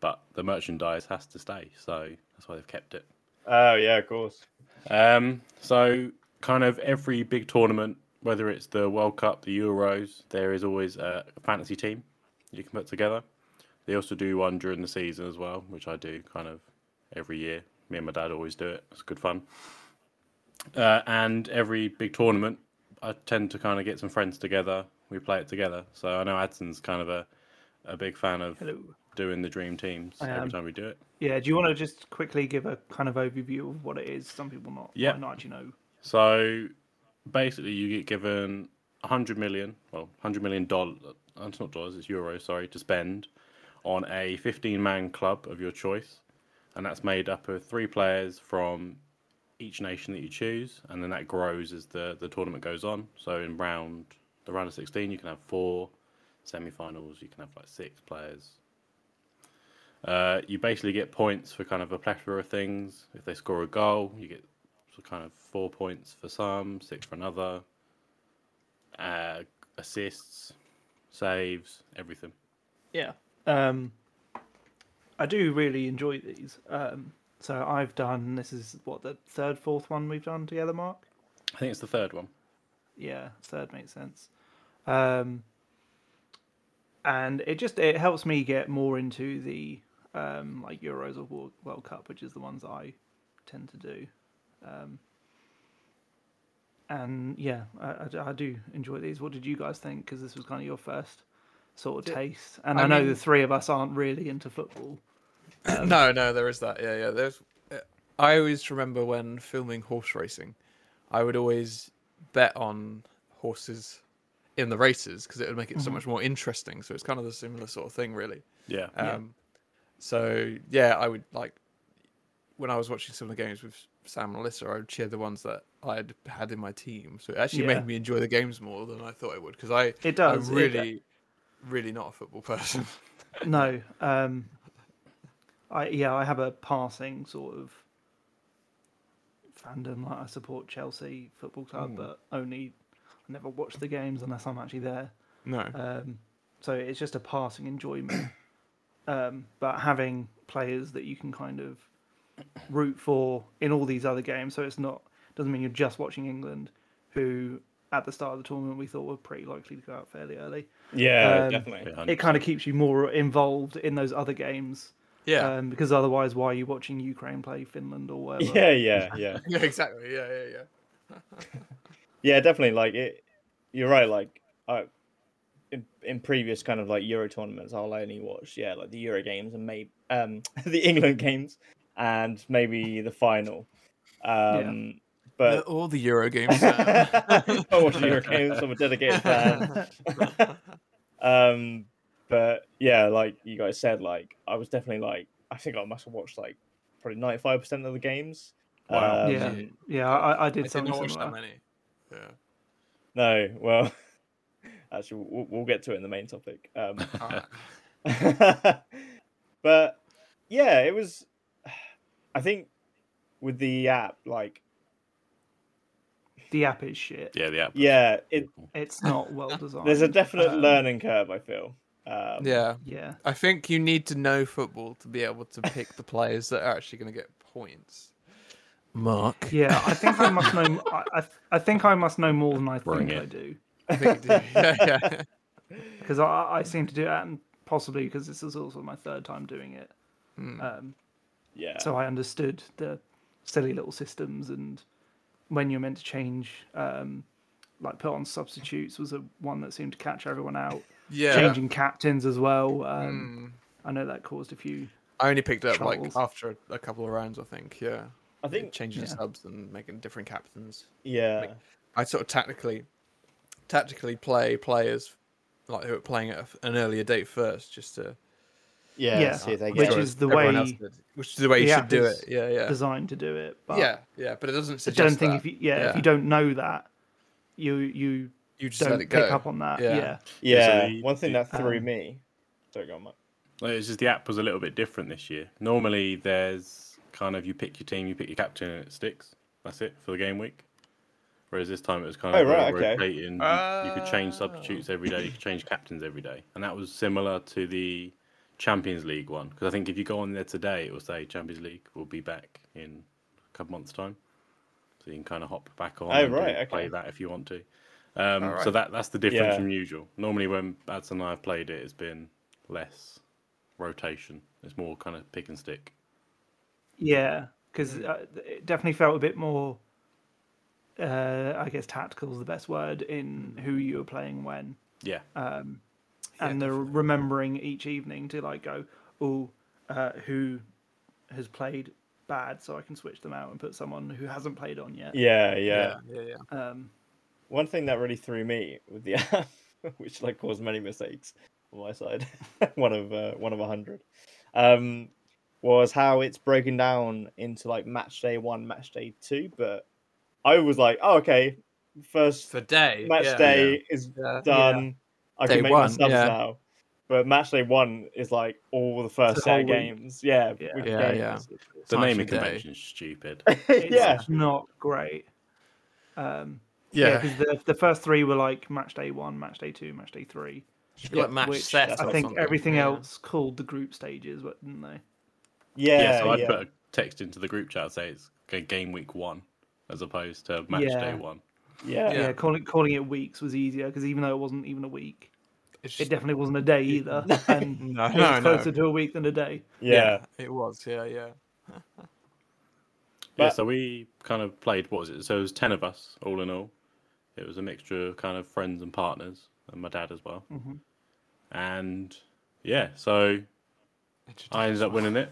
S1: but the merchandise has to stay, so that's why they've kept it.
S2: Oh yeah, of course.
S1: Um, so, kind of every big tournament, whether it's the World Cup, the Euros, there is always a fantasy team you can put together. They also do one during the season as well, which I do kind of every year. Me and my dad always do it. It's good fun. Uh, and every big tournament, I tend to kind of get some friends together. We play it together. So I know Adson's kind of a, a big fan of
S3: Hello.
S1: doing the dream teams
S3: I
S1: every
S3: am.
S1: time we do it.
S3: Yeah, do you want to just quickly give a kind of overview of what it is? Some people not
S1: Yeah.
S3: might not actually know.
S1: So basically, you get given 100 million, well, 100 million dollars, it's not dollars, it's euros, sorry, to spend on a 15 man club of your choice. And that's made up of three players from each nation that you choose. And then that grows as the, the tournament goes on. So in round, the round of 16, you can have four semi finals, you can have like six players. Uh, you basically get points for kind of a plethora of things. If they score a goal, you get so kind of four points for some, six for another, uh, assists, saves, everything.
S3: Yeah. Um, I do really enjoy these. Um, so I've done this is what the third, fourth one we've done together, Mark.
S1: I think it's the third one.
S3: yeah third makes sense um and it just it helps me get more into the um like euros or Wor- world cup which is the ones i tend to do um and yeah I, I d- I do enjoy these what did you guys think because this was kind of your first sort of
S4: Yeah,
S3: taste and
S4: I
S3: i, know
S4: mean-
S3: the three of us aren't really into football
S4: no, no, there is that. Yeah, yeah. There's. uh, I always remember when filming horse racing, I would always bet on horses in the races because it would make it so
S3: Mm-hmm.
S4: much more interesting. So it's kind of the similar sort of thing, really.
S1: Yeah.
S4: Um, So yeah, I would like when I was watching some of the games with Sam and Alyssa, I would cheer the ones that I had had in my team. So it actually
S3: Yeah.
S4: made me enjoy the games more than I thought it would because I
S3: It does,
S4: I'm
S3: it do-
S4: really, really not a football person.
S3: no um i yeah i have a passing sort of fandom like i support chelsea football club but only i never watch the games unless i'm actually there
S4: no.
S3: um so it's just a passing enjoyment um but having players that you can kind of root for in all these other games so it's not doesn't mean you're just watching england who at the start of the tournament we thought were pretty likely to go out fairly early
S2: Yeah,
S3: Um,
S2: definitely.
S1: Yeah,
S3: it kind of keeps you more involved in those other games
S4: Yeah.
S3: um, because otherwise, why are you watching Ukraine play Finland or whatever?
S2: Yeah, yeah, yeah.
S4: yeah. Exactly. Yeah. Yeah. Yeah.
S2: Yeah, definitely. Like it, you're right. Like I, in, in previous kind of like Euro tournaments, I'll only watch yeah like the Euro games and maybe um the England games and maybe the final. Um,
S4: They're
S2: but
S4: all the Euro games. now.
S2: I watch the Euro games. I'm a dedicated fan. um, but yeah, like you guys said, like I was definitely like I think I must have watched like probably 95 percent of the games. Um,
S1: Wow.
S3: yeah,
S4: yeah.
S3: yeah. I, I did
S4: I did
S3: something
S4: not watch
S3: similar.
S4: that many. Yeah.
S2: No, well, actually, we'll, we'll get to it in the main topic. Um,
S4: Alright.
S2: but yeah, it was. I think with the app, like,
S3: The app is shit.
S1: yeah, the app.
S2: yeah, it,
S3: It's not well designed.
S2: there's a definite
S3: Um,
S2: learning curve. I feel. Um,
S4: yeah.
S3: Yeah,
S4: I think you need to know football to be able to pick the players that are actually going to get points. Mark.
S3: yeah. I think I must know. I, I, I think I must know more than I
S1: Bring
S3: think
S1: it.
S3: I do
S4: I think you do. yeah, yeah.
S3: because I, I seem to do that, and possibly because this is also my third time doing it. Um,
S2: yeah,
S3: so I understood the silly little systems and when you're meant to change, um, like put on substitutes was a one that seemed to catch everyone out.
S4: Yeah. Hmm.
S3: Changing captains as well. Um, I know that caused a few.
S4: I only picked it up
S3: Troubles.
S4: like after a couple of rounds, I think. Yeah.
S2: I think.
S4: Changing
S3: Yeah.
S4: subs and making different captains.
S2: Yeah,
S4: I sort of tactically, tactically play players like who are playing at an earlier date first, just to
S2: yeah,
S3: yeah,
S2: see if they
S3: which
S2: get-
S3: is the
S4: everyone else
S3: way
S4: did, which is the way you
S3: the
S4: should
S3: app
S4: do
S3: is
S4: it. Yeah, yeah,
S3: designed to do it. But
S4: yeah, yeah. But it doesn't
S3: I
S4: suggest
S3: don't think if
S4: that.
S3: you yeah, if
S4: Yeah.
S3: you don't know that, you you
S4: You just
S3: don't
S4: let it
S3: pick
S4: go.
S3: up on that.
S4: Yeah.
S3: Yeah,
S2: yeah.
S1: the-
S2: One thing
S1: the-
S2: that threw
S3: um,
S2: me. Sorry, go on, Mike.
S1: No, It's just the app was a little bit different this year. Normally, there's kind of you pick your team, you pick your captain, and it sticks. That's it for the game week. Whereas this time it was kind
S2: Oh,
S1: of
S2: right, okay.
S1: rotating. You, you could change substitutes every day, you could change captains every day. And that was similar to the Champions League one. Because I think if you go on there today, it will say Champions League will be back in a couple months' time. So you can kind of hop back on
S2: Oh,
S1: and do-
S2: right, okay.
S1: play that if you want to. Um,
S4: All
S1: So
S4: right.
S1: that that's the difference
S2: Yeah.
S1: from usual. Normally, when Ads and I have played it, it's been less rotation. It's more kind of pick and stick.
S3: Yeah, because uh, it definitely felt a bit more. Uh, I guess tactical is the best word in who you were playing when,
S1: Yeah.
S2: Uh,
S3: and the remembering each evening to like go, oh, uh, who has played bad, so I can switch them out and put someone who hasn't played on yet.
S2: Yeah, yeah.
S4: yeah, yeah.
S3: Um,
S2: One thing that really threw me with the app, which like caused many mistakes on my side, one of uh, one of a hundred, um, was how it's broken down into like match day one, match day two. But I was like, oh, okay, first
S4: For day.
S2: match
S4: yeah.
S2: day is
S4: Yeah.
S2: done. I
S4: Day
S2: can make my
S4: one,
S2: subs
S4: yeah.
S2: now. But match day one is like all the first
S3: the whole
S2: set of
S3: week.
S2: games. Yeah,
S3: Yeah.
S2: week
S4: Yeah,
S2: games.
S1: The
S4: Match
S1: naming
S4: of the day.
S1: convention's stupid.
S3: it's
S2: yeah,
S3: not great. Um, yeah,
S4: Yeah.
S3: because the the first three were like match day one, match day two, match day three.
S4: Should be like match
S3: which
S4: sets
S2: that's
S3: I
S4: or
S3: think
S4: something,
S3: everything
S4: yeah.
S3: else called the group stages, but didn't they?
S2: yeah,
S1: yeah, so I'd
S2: yeah.
S1: put a text into the group chat say it's g- game week one as opposed to match
S3: Yeah.
S1: day one.
S2: yeah,
S3: Yeah,
S4: Yeah.
S3: calling calling it weeks was easier because even though it wasn't even a week,
S4: It's
S3: it
S4: just-
S3: definitely wasn't a day either. And
S4: no,
S3: it
S4: no,
S3: was
S4: no.
S3: closer to a week than a day.
S2: yeah.
S4: it was. Yeah, yeah.
S1: Yeah,
S2: But-
S1: so we kind of played, what was it? So it was 10 of us all in all. It was a mixture of kind of friends and partners and my dad as well.
S2: Mm-hmm.
S3: Mhm.
S1: And yeah, so
S4: It just-
S1: I ended up winning it.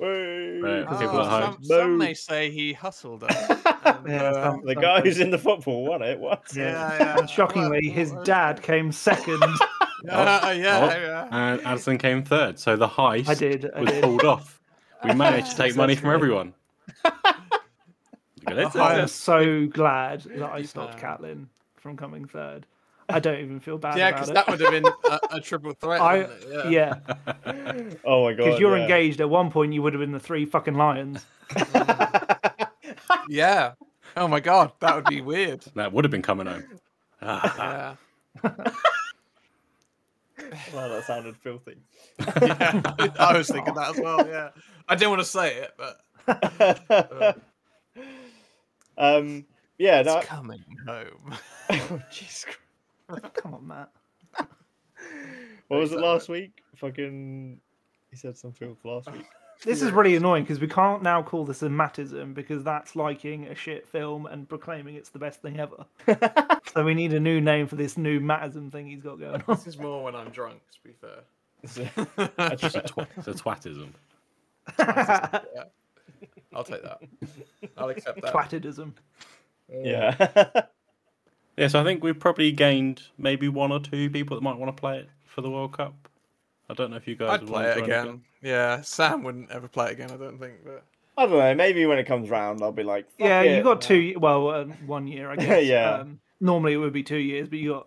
S2: Woo.
S1: Right.
S4: Ah,
S1: people at home.
S4: some, some
S2: No.
S4: may say he hustled us. and,
S3: Yeah,
S4: uh,
S3: some-
S2: The guy who's in the football won it. What?
S3: Yeah.
S4: yeah, yeah.
S3: And shockingly, his dad came second.
S4: Uh, yeah,
S1: Oh.
S4: yeah.
S1: And Addison came third. So the heist
S3: I did. I
S1: was
S3: did.
S1: pulled off. We managed to take money from
S3: Successfully.
S1: everyone. Look at this.
S4: The heist.
S3: I'm so glad that I
S4: You
S3: stopped
S4: found-
S3: Catlin from coming third. I don't even feel bad
S4: Yeah,
S3: about
S4: because
S3: it.
S4: that would have been a, a triple threat.
S3: I
S4: wouldn't it?
S3: yeah,
S2: Oh my god.
S3: because you're
S2: yeah.
S3: engaged. At one point, you would have been the three fucking lions.
S4: yeah, yeah. Oh my god, that would be weird.
S1: That would have been coming home. Ah,
S4: Yeah.
S2: Wow, that sounded filthy.
S4: yeah, I was thinking that as well. Yeah, I didn't want to say it, but
S2: um. Yeah. No,
S4: it's coming Uh, home.
S2: oh, Jesus Christ.
S3: Come on, Matt.
S2: What was it
S4: Exactly.
S2: last week? Fucking. He said some filth last week.
S3: This is really annoying because we can't now call this a Mattism because that's liking a shit film and proclaiming it's the best thing ever. so we need a new name for this new Mattism thing he's got going on.
S4: This is more when I'm drunk. To be fair.
S2: I
S1: it's, a
S2: tried.
S1: tw- it's a twatism.
S4: I'll take that. I'll accept that.
S3: Twattedism.
S2: yeah.
S1: Yeah, so I think we've probably gained maybe one or two people that might want to play it for the World Cup. I don't know if you guys
S4: I'd
S1: would
S4: play
S1: wanna
S4: it
S1: join
S4: again. Yeah, Sam wouldn't ever play it again. I don't think. But
S2: I don't know. Maybe when it comes round, I'll be like, "Fuck
S3: yeah,
S2: it."
S3: you got two. ye- Well, um, one year, I guess.
S2: Yeah.
S3: Um, normally it would be two years, but you got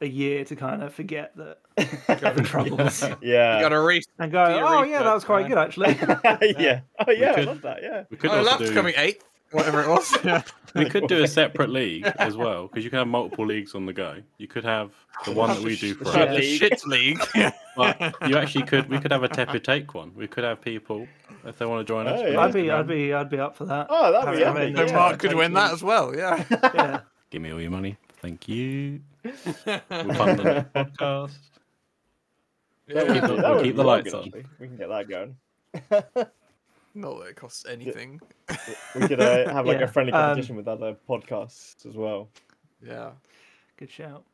S3: a year to kind of forget that the troubles
S4: you
S2: Yeah.
S4: got to re.
S3: and go.
S4: Do your
S3: Oh yeah, that was quite
S4: research,
S3: good actually.
S2: yeah. Oh yeah. I
S1: could-
S2: love that. Yeah.
S1: We could,
S4: I
S1: also
S4: loved
S1: do,
S4: Oh, coming eighth, whatever it was. yeah.
S1: we could do a separate league as well, because you can have multiple leagues on the go. You could have the one that we do for
S2: Shit
S1: us.
S4: The
S2: league.
S4: shit league.
S1: But you actually could, we could have a Tepe Take one. We could have people, if they want to join us.
S2: Oh,
S1: we
S2: yeah.
S1: can
S3: I'd be,
S1: have
S3: I'd
S1: them.
S3: be, I'd be up for that.
S2: Oh, that'd be
S3: Yeah,
S2: epic.
S3: mate,
S4: so
S2: yeah.
S4: Mark could
S2: Thank
S4: win
S2: you.
S4: that as well. Yeah.
S3: Yeah.
S1: Give me all your money. Thank you. We'll fund the podcast. Keep
S2: That would
S1: the-
S2: be- that
S1: we'll
S2: would
S1: keep
S2: be
S1: the
S2: quite
S1: lights
S2: good,
S1: on.
S2: actually. We can get that going.
S4: Not that it costs anything.
S2: We could uh, have like
S3: Yeah,
S2: a friendly
S3: um,
S2: competition with other podcasts as well.
S4: Yeah.
S3: Good shout.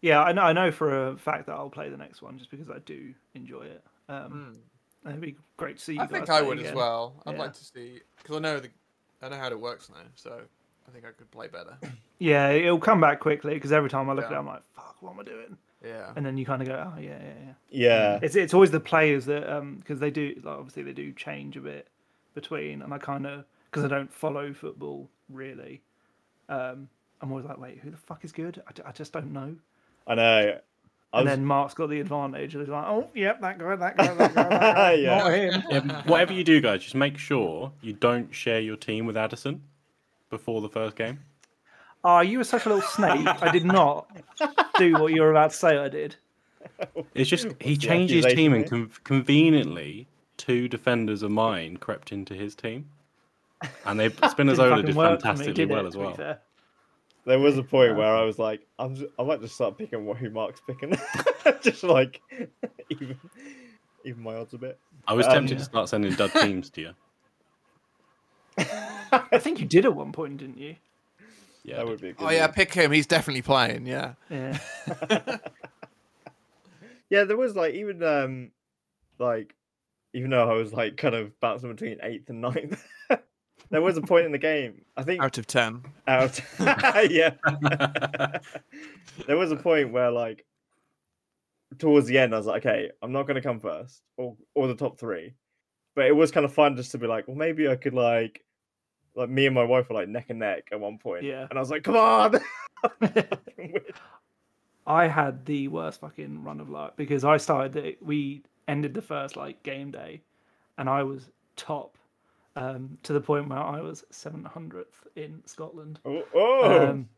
S3: Yeah, I know. I know for a fact that I'll play the next one just because I do enjoy it. Um, It'd be great to see you
S4: Hmm. I
S3: guys.
S4: think I
S3: play
S4: would as
S3: again.
S4: well. I'd
S3: Yeah.
S4: like to see because I know the, I know how it works now, so I think I could play better.
S3: Yeah, it'll come back quickly because every time I look at it,
S4: Yeah.
S3: I'm like, "Fuck, what am I doing?"
S4: Yeah.
S3: And then you kind of go, "Oh yeah, yeah, yeah."
S2: Yeah.
S3: It's it's always the players that um because they do like obviously they do change a bit between, and I kind of because I don't follow football really. Um, I'm always like, "Wait, who the fuck is good?" I, d- I just don't know.
S2: I know. I
S3: And
S2: was-
S3: then Mark's got the advantage. And he's like, "Oh, yep, that guy, that guy, that guy, that guy."
S2: Yeah.
S3: Not him.
S1: Yeah, Um, whatever you do, guys, just make sure you don't share your team with Addison before the first game.
S3: Ah, you were such a little snake. I did not do what you were about to say I did.
S1: It's just he
S2: the
S1: changed his team and
S2: accusation
S1: con- conveniently two defenders of mine crept into his team, and they Spinazzola
S3: Didn't
S1: did
S3: fucking work for me,
S1: fantastically
S3: did it,
S1: well
S3: to
S1: as
S3: be
S1: well.
S3: fair?
S2: there was a point where I was like, I'm just, I might just start picking what who Mark's picking, just like even even my odds a bit.
S1: I was
S2: Um,
S1: tempted to start sending dud teams to you.
S3: I think you did at one point, didn't you?
S1: Yeah,
S2: That would be a good
S4: Oh yeah,
S2: one.
S4: pick him. He's definitely playing. Yeah.
S3: Yeah.
S2: Yeah, there was like even um like even though I was like kind of bouncing between eighth and ninth, there was a point in the game. I think
S4: Out of ten.
S2: out yeah.
S1: I
S2: there was a point where like towards the end I was like, okay, I'm not gonna come first or or the top three. But it was kind of fun just to be like, well maybe I could like like me and my wife were like neck and neck at one point.
S3: Yeah.
S2: And I was like, come on
S3: I had the worst fucking run of luck because I started it. We ended the first like game day, and I was top um, to the point where I was seven hundredth in Scotland.
S2: Oh, oh.
S3: Um,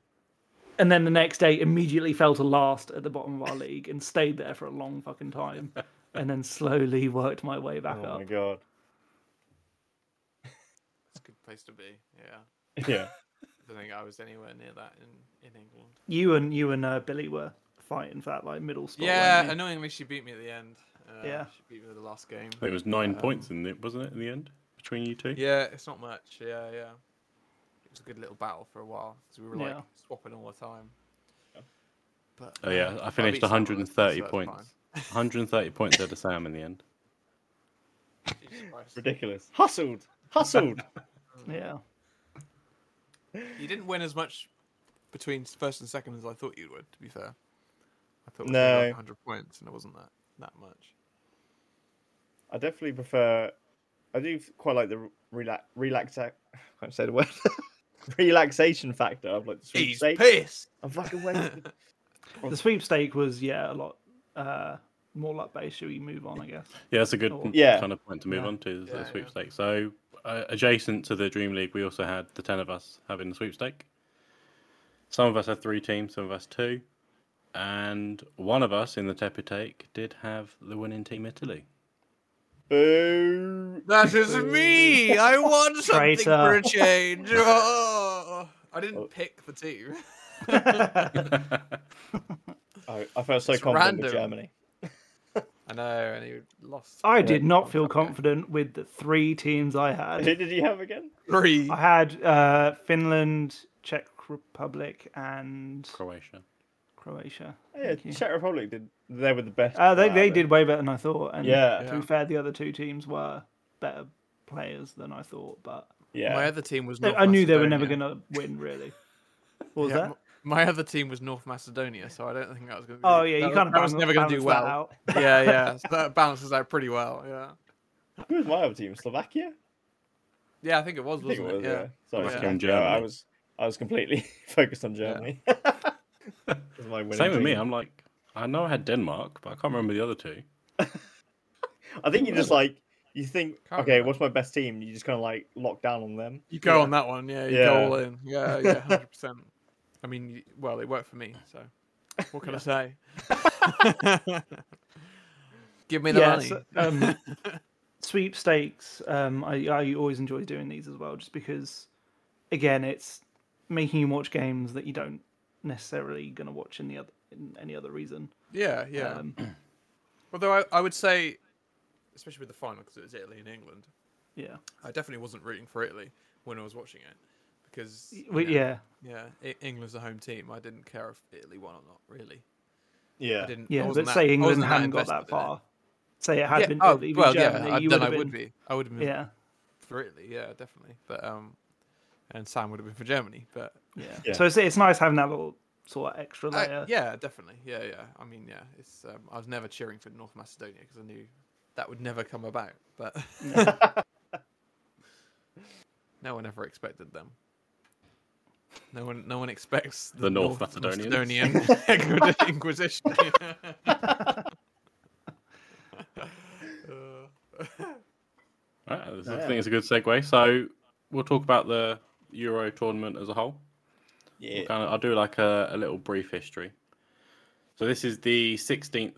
S3: and then the next day, immediately fell to last at the bottom of our league and stayed there for a long fucking time, and then slowly worked my way back
S2: oh
S3: up.
S2: my god.
S4: It's a good place to be. Yeah.
S2: Yeah.
S4: I don't think I was anywhere near that in, in England.
S3: You and you and uh, Billy were fighting for that like middle spot.
S4: Yeah,
S3: weren't you?
S4: annoyingly, she beat me at the end. Uh,
S3: Yeah.
S4: She beat me with the last game.
S1: think it was nine points in it, wasn't it, in the end between you two?
S4: Yeah, it's not much. Yeah, yeah. It was a good little battle for a while because we were like
S3: Yeah.
S4: swapping all the time. But
S1: Oh yeah,
S4: uh,
S1: I finished
S4: beat Scotland,
S1: 130
S4: so that's
S1: points. 130 points out of Sam in the end.
S4: fine. Jesus Christ.
S2: Ridiculous. Hustled. Hustled.
S3: yeah.
S4: you didn't win as much between first and second as I thought you would. To be fair, I thought we
S2: No.
S4: like 100 points, and it wasn't that that much.
S2: I definitely prefer. I do quite like the relax, relax. I can't say the word. relaxation factor. of like the
S4: He's
S2: sweepstakes.
S4: pissed.
S2: I'm fucking wasted.
S3: The sweepstake was yeah a lot uh, more luck based. Should we move on? I guess.
S1: Yeah, that's a good
S3: Oh.
S2: Yeah.
S1: kind of point to move
S3: Yeah.
S1: on to is
S4: Yeah,
S1: the
S4: yeah.
S1: sweepstakes. So, uh, adjacent to the Dream League, we also had the 10 of us having the sweepstake. Some of us had three teams, some of us two. And one of us in the Tepe Take did have the winning team Italy.
S2: Boo.
S4: That is me. I won something for
S3: Traitor.
S4: a change. Oh, I didn't pick the team.
S2: Oh, I, I felt so
S4: It's
S2: confident
S4: random.
S2: with Germany.
S4: I know, and he lost.
S3: I did not feel
S4: Okay.
S3: confident with the three teams I
S2: Who
S3: had.
S2: did you have again?
S4: Three.
S3: I had uh, Finland, Czech Republic, and
S1: Croatia.
S3: Croatia.
S2: Oh, yeah,
S3: Thank you.
S2: Czech Republic did. They were the best.
S3: Uh, they
S2: out
S3: they
S2: of it.
S3: did way better than I thought. And
S2: Yeah.
S3: To
S4: Yeah.
S3: be fair, the other two teams were better players than I thought, but
S2: Yeah.
S4: My other team was.
S3: I-
S4: North
S3: I knew they were never
S4: Macedonia.
S3: going to win. Really. What was
S4: Yeah,
S3: that?
S4: m- My other team was North Macedonia, so I don't think that was going to.
S3: Oh yeah, you kind of
S4: that
S3: balance,
S4: was never going to do
S3: balance that out.
S4: well. yeah, yeah. So that balances out pretty well. Yeah.
S2: Who was my other team? Slovakia.
S4: Yeah, I think it was,
S2: I think
S4: wasn't
S2: it was. Yeah. Sorry.
S1: Slovakia
S4: Yeah.
S1: and
S2: Yeah, I
S1: Germany.
S2: was. I was completely focused on Germany. That was my winning
S1: Same with me.
S2: team.
S1: I'm like, I know I had Denmark, but I can't remember the other two.
S2: I think you just like you think.
S4: Can't
S2: okay,
S4: remember.
S2: what's my best team? You just kind of like lock down on them.
S4: You go on that one. Yeah, you
S2: Yeah.
S4: go all in. Yeah, yeah, 100%. I mean, y- well, it worked for me, so what can I say? Give me the
S3: Yeah,
S4: money.
S3: so, um, sweepstakes. Um, I, I always enjoy doing these as well, just because, again, it's making you watch games that you don't necessarily gonna watch in the other in any other reason.
S4: yeah, yeah.
S3: Um,
S4: Although I, I would say, especially with the final, because it was Italy and England,
S3: yeah.
S4: I definitely wasn't rooting for Italy when I was watching it because you
S3: We,
S4: know,
S3: yeah.
S4: yeah, E- England's the home team. I didn't care if Italy won or not, really.
S2: Yeah.
S4: I didn't. I
S3: Yeah.
S4: wasn't
S3: But
S4: that-
S3: say
S4: I
S3: England
S4: wasn't
S3: hadn't got
S4: invested
S3: that
S4: in it.
S3: far. Say it had
S4: Yeah,
S3: been
S4: oh,
S3: Italy,
S4: well,
S3: Germany,
S4: yeah. I,
S3: you
S4: then I
S3: would've
S4: would
S3: been-
S4: be. I would have been
S3: Yeah.
S4: for Italy. Yeah, definitely. But um, and Sam would have been for Germany. But
S3: Yeah.
S2: Yeah.
S3: So it's, it's nice having that little sort of extra
S4: I-
S3: layer.
S4: Uh, yeah, definitely. Yeah, yeah. I mean, yeah. It's. Um, I was never cheering for North Macedonia because I knew that would never come about. But no one ever expected them. No one, no one expects the,
S1: The North Macedonians.
S4: Macedonian Inquisi- Inquisition. Uh,
S1: Right, I think
S2: Yeah.
S1: it's a good segue. So, we'll talk about the Euro tournament as a whole.
S2: Yeah.
S1: Kind of, I'll do like a, a little brief history. So, this is the 16th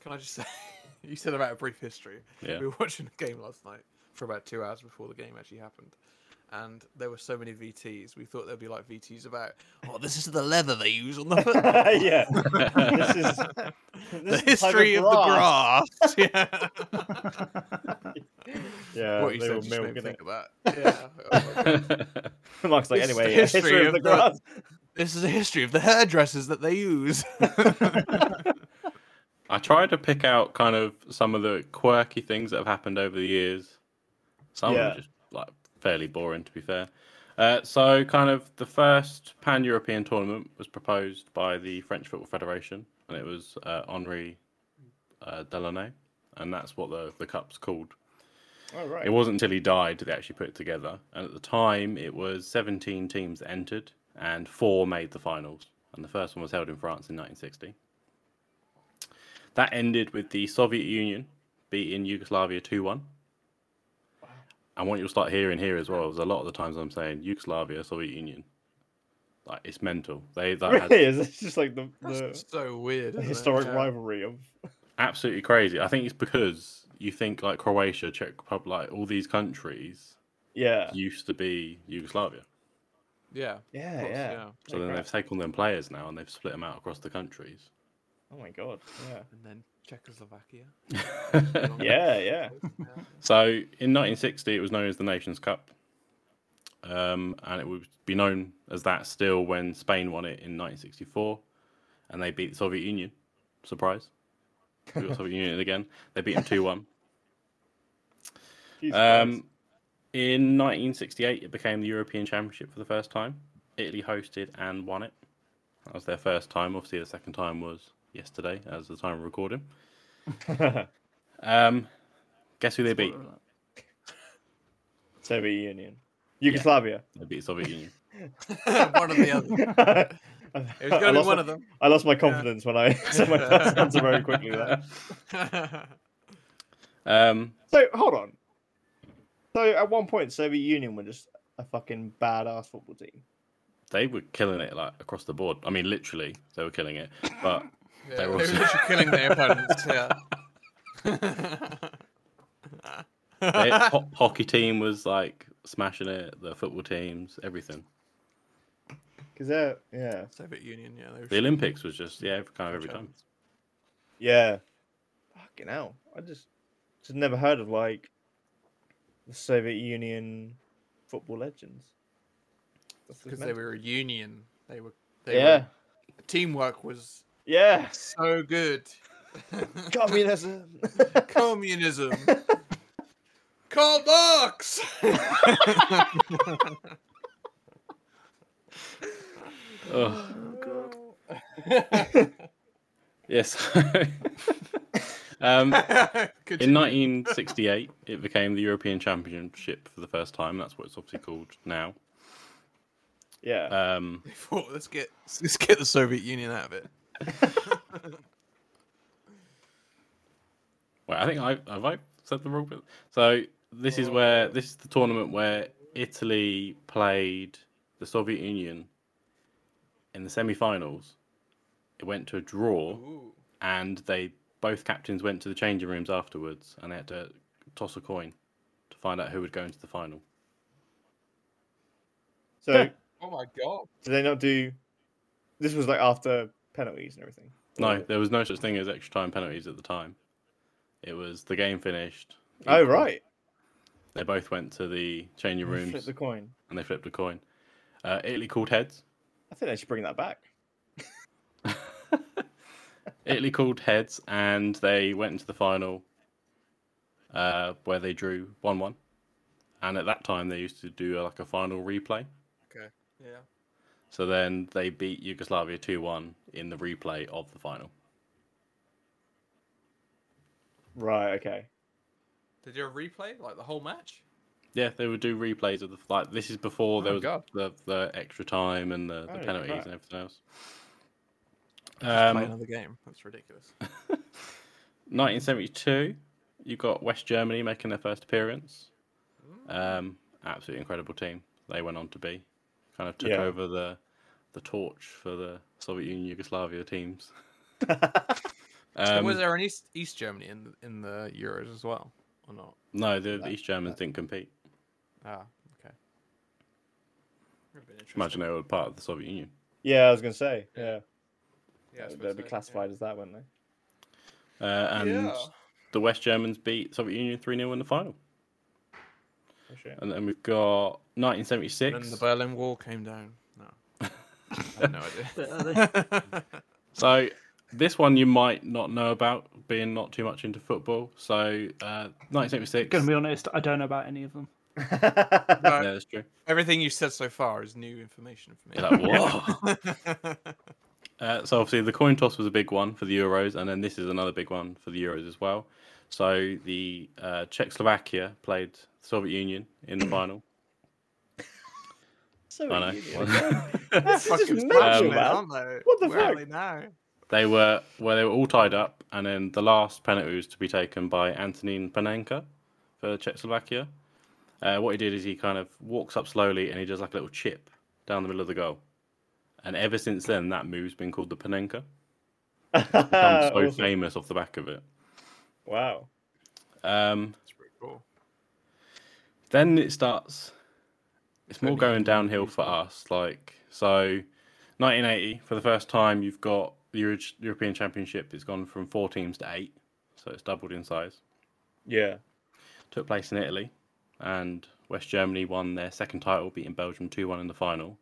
S4: Can I just say, you said about a brief history.
S1: Yeah.
S4: We were watching the game last night for about two hours before the game actually happened, and there were so many VTs. We thought there'd be like VTs about, oh, this is the leather they use on the football.
S2: yeah. This is
S4: the
S2: this is type
S4: history of, the grass. yeah.
S2: Yeah,
S4: what you
S2: Uh, they
S4: said
S2: were
S4: just made me
S2: milking
S4: think
S2: it.
S4: of that. Yeah. Oh my God.
S2: Mark's like,
S4: This is
S2: anyway,
S4: the
S2: yeah, history,
S4: history
S2: of
S4: of
S2: the
S4: the-
S2: grass.
S4: this is a history of the hairdressers that they use.
S1: I tried to pick out kind of some of the quirky things that have happened over the years. Some
S2: Yeah.
S1: are just like fairly boring, to be fair. Uh, so, kind of the first pan European tournament was proposed by the French Football Federation, and it was uh, Henri uh, Delaunay, and that's what the, the cup's called.
S2: Oh, right.
S1: It wasn't until he died that they actually put it together. And at the time, it was 17 teams that entered, and four made the finals. And the first one was held in France in 1960. That ended with the Soviet Union beating Yugoslavia 2 1. And what you'll start hearing here as well is a lot of the times I'm saying Yugoslavia, Soviet Union. Like, it's mental. They that has-
S2: really is. It's just like the, the
S4: That's so weird.
S2: the
S4: isn't it?
S2: historic
S4: Yeah.
S2: rivalry of.
S1: absolutely crazy. I think it's because you think like Croatia, Czech Republic, like, all these countries
S2: Yeah.
S1: used to be Yugoslavia.
S4: Yeah. of
S2: Yeah,
S4: course,
S2: yeah.
S1: So then
S2: Right.
S1: they've taken them players now and they've split them out across the countries.
S2: Oh my god. Yeah.
S4: And then Czechoslovakia.
S2: Yeah, yeah.
S1: so in 1960, it was known as the Nations Cup. Um, and it would be known as that still when Spain won it in 1964 and they beat the Soviet Union. Surprise. We got Soviet Union again. They beat them 2 1.
S2: Jesus
S1: Um, in 1968, it became the European Championship for the first time. Italy hosted and won it. That was their first time. Obviously, the second time was yesterday, as the time of recording.
S2: Christ.
S1: Um, guess who they beat?
S2: Soviet Union. Yugoslavia.
S1: They beat the Soviet Union.
S4: one or the other. It was
S2: I
S4: going to
S2: lost
S4: be one
S2: my-
S4: of them.
S2: I lost my confidence when I said my first answer very quickly there.
S1: Um,
S2: So hold on. So at one point, Soviet Union were just a fucking badass football team.
S1: they were killing it like across the board. I mean, literally, they were killing it. But
S4: Yeah,
S1: They
S4: they
S1: were
S4: were
S1: also-
S4: literally killing their opponents. Yeah.
S1: their ho- hockey team was like smashing it. The football teams, everything.
S2: Because they're yeah,
S4: Soviet Union. Yeah. They were
S1: The Olympics was just yeah, kind of every time.
S4: champions.
S2: yeah. Fucking hell! I just just never heard of like the Soviet Union football legends. That's
S4: because they
S2: mental.
S4: were a union. They were. They
S2: yeah,
S4: Were, teamwork was
S2: yeah.
S4: so good.
S2: Communism.
S4: Communism. Karl Marx.
S1: Ugh. Yes. um,
S4: Could
S1: In 1968, it became the European Championship for the first time. That's what it's obviously called now.
S2: yeah.
S1: Um,
S4: They thought, let's get let's get the Soviet Union out of it.
S1: Wait, I think I have I said the wrong bit. So this is where this is the tournament where Italy played the Soviet Union in the semi-finals. It went to a draw,
S4: Ooh.
S1: and they both captains went to the changing rooms afterwards, and they had to toss a coin to find out who would go into the final.
S2: so
S4: Oh my god.
S2: did they not do? This was like after penalties and everything.
S1: No, there was no such thing as extra time penalties at the time. It was the game finished.
S2: Oh
S1: equal.
S2: right.
S1: They both went to the changing
S2: You
S1: rooms
S2: Flip the coin.
S1: and they flipped a coin. Uh, Italy called heads.
S2: I think they should bring that back.
S1: Italy called heads and they went into the final uh, where they drew 1 1. And at that time, they used to do uh, like a final replay.
S4: Okay. Yeah.
S1: So then they beat Yugoslavia 2 1 in the replay of the final.
S2: Right. Okay.
S4: Did you have replay like the whole match?
S1: Yeah, they would do replays of the like. This is before there
S4: Oh,
S1: was
S4: God.
S1: the the extra time and the, the
S2: Holy
S1: penalties
S2: crap.
S1: and everything else.
S4: Oh, Play
S1: Um,
S4: another game. That's ridiculous.
S1: 1972, you got West Germany making their first appearance. Um, absolutely incredible team. They went on to be kind of took
S2: Yeah.
S1: over the the torch for the Soviet Union Yugoslavia teams.
S4: And
S1: um,
S4: was there an East East Germany in the, in the Euros as well or not?
S1: No, the, the East Germans didn't compete.
S4: Ah, okay. That'd be interesting.
S1: Imagine they were part of the Soviet Union.
S2: Yeah, I was gonna say.
S4: Yeah,
S2: Yeah,
S4: Yeah, I
S2: that-
S4: suppose
S2: they'd
S4: so,
S2: be classified as that, wouldn't they?
S1: Uh, and
S4: Yeah.
S1: the West Germans beat Soviet Union 3 0 in the final.
S2: Oh, shit.
S1: And then we've got
S4: Yeah. And
S1: 1976.
S4: the Berlin Wall came down. No. I had no idea.
S1: So this one you might not know about, being not too much into football. So uh, 1976.
S3: Gonna be honest, I don't know about any of them.
S1: yeah,
S4: No,
S1: that's true.
S4: everything you said so far is new information for me.
S1: You're like, "Whoa." Uh, so obviously the coin toss was a big one for the Euros, and then this is another big one for the Euros as well. So the uh, Czechoslovakia played Soviet Union in the final.
S2: so
S1: I know.
S2: unique. That's just
S4: Fucking
S2: mental,
S1: Um,
S4: Iceland,
S2: man.
S4: aren't they?
S2: What the
S4: Where are
S2: fuck?
S4: they now?
S1: they were well, they were all tied up, and then the last penalty was to be taken by Antonin Panenka for Czechoslovakia. Uh, what he did is he kind of walks up slowly and he does like a little chip down the middle of the goal. And ever since then, that move's been called the Panenka. Become so
S2: Ah, Awesome.
S1: famous off the back of it.
S2: Wow.
S1: Um,
S4: That's pretty cool.
S1: then it starts it's more
S4: Only
S1: going downhill for us like so 1980 for the first time you've got the Euro- european championship it's gone from four teams to eight so it's doubled in size
S2: Yeah.
S1: took place in italy and west germany won their second title beating belgium 2-1 in the final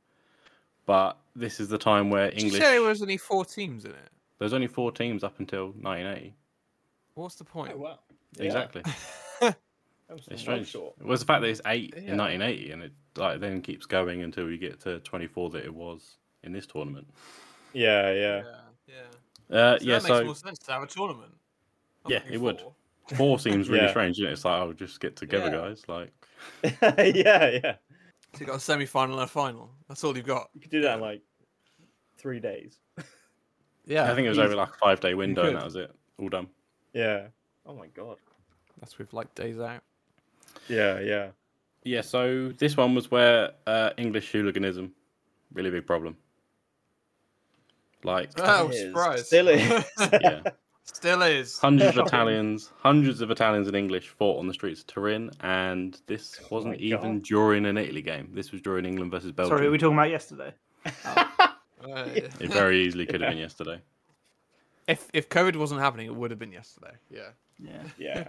S1: but this is the time where
S4: Did you
S1: english
S4: say there was only four teams in it?
S1: there's only four teams up until 1980
S4: What's the point?
S2: wow.
S1: exactly it's strange it was the fact that it's eight in
S4: Yeah.
S1: 1980 and it like then keeps going until we get to 24 that it was in this tournament
S2: Yeah,
S4: Yeah,
S2: yeah.
S4: yeah.
S1: Uh,
S4: So
S1: yeah,
S4: that makes
S1: so
S4: more sense to have a tournament. Not
S1: Yeah,
S4: fucking
S1: it would.
S4: four.
S1: four seems really
S2: Yeah.
S1: strange, isn't it? It's like, oh, just get together,
S4: Yeah.
S1: guys. Like,
S2: yeah, yeah.
S4: So you got a semi-final and a final. That's all you've got.
S2: You could do that in like three days.
S4: Yeah,
S1: I think it was
S4: easy.
S1: over like a five day window, and
S4: could.
S1: that was it. All done.
S2: Yeah. Oh my god.
S4: That's with like days out.
S2: Yeah, yeah.
S1: Yeah, so this one was where uh, English hooliganism, really big problem. Like,
S4: Ah, I'm
S2: It is.
S4: surprised.
S2: Still is.
S1: yeah,
S4: Still is.
S1: hundreds of
S2: Shocking.
S1: Italians, hundreds of Italians and English fought on the streets of Turin, and this wasn't
S2: Oh my
S1: even
S2: God.
S1: during an Italy game. This was during England versus Belgium.
S3: Sorry, are we talking about yesterday?
S4: Uh,
S1: It very easily could have been yesterday.
S4: if if COVID wasn't happening, it would have been yesterday. Yeah.
S3: Yeah.
S2: yeah.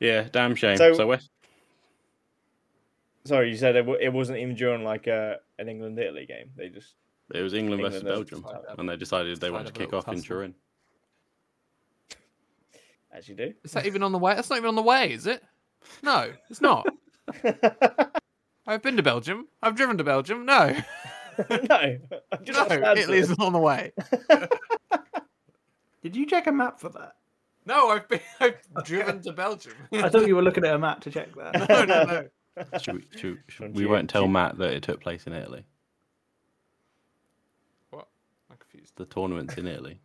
S1: Yeah, damn shame.
S2: So-
S1: so West
S2: Sorry, you said it, w- it wasn't even during like uh, an England Italy game. They just
S1: It was England, versus
S2: England versus
S1: Belgium,
S4: Thailand.
S1: and they decided they
S4: Tied
S1: wanted
S4: up
S1: to
S4: a
S1: kick
S4: little
S1: off in
S4: tussle.
S1: Turin.
S2: actually do.
S4: Is that even on the way? That's not even on the way, is it? No, it's not. I've been to Belgium. I've driven to Belgium. No,
S2: no, I do
S4: no,
S2: not stand
S4: Italy
S2: for
S4: isn't on the way.
S3: Did you check a map for that?
S4: No, I've been. I've driven to Belgium. no,
S3: I thought you were looking at a map to check that.
S4: no, no.
S1: Should we, should, should,
S2: Don't
S1: we
S2: you-
S1: won't tell
S2: you-
S1: Matt that it took place in Italy.
S4: What? I'm confused.
S1: The tournament's in Italy.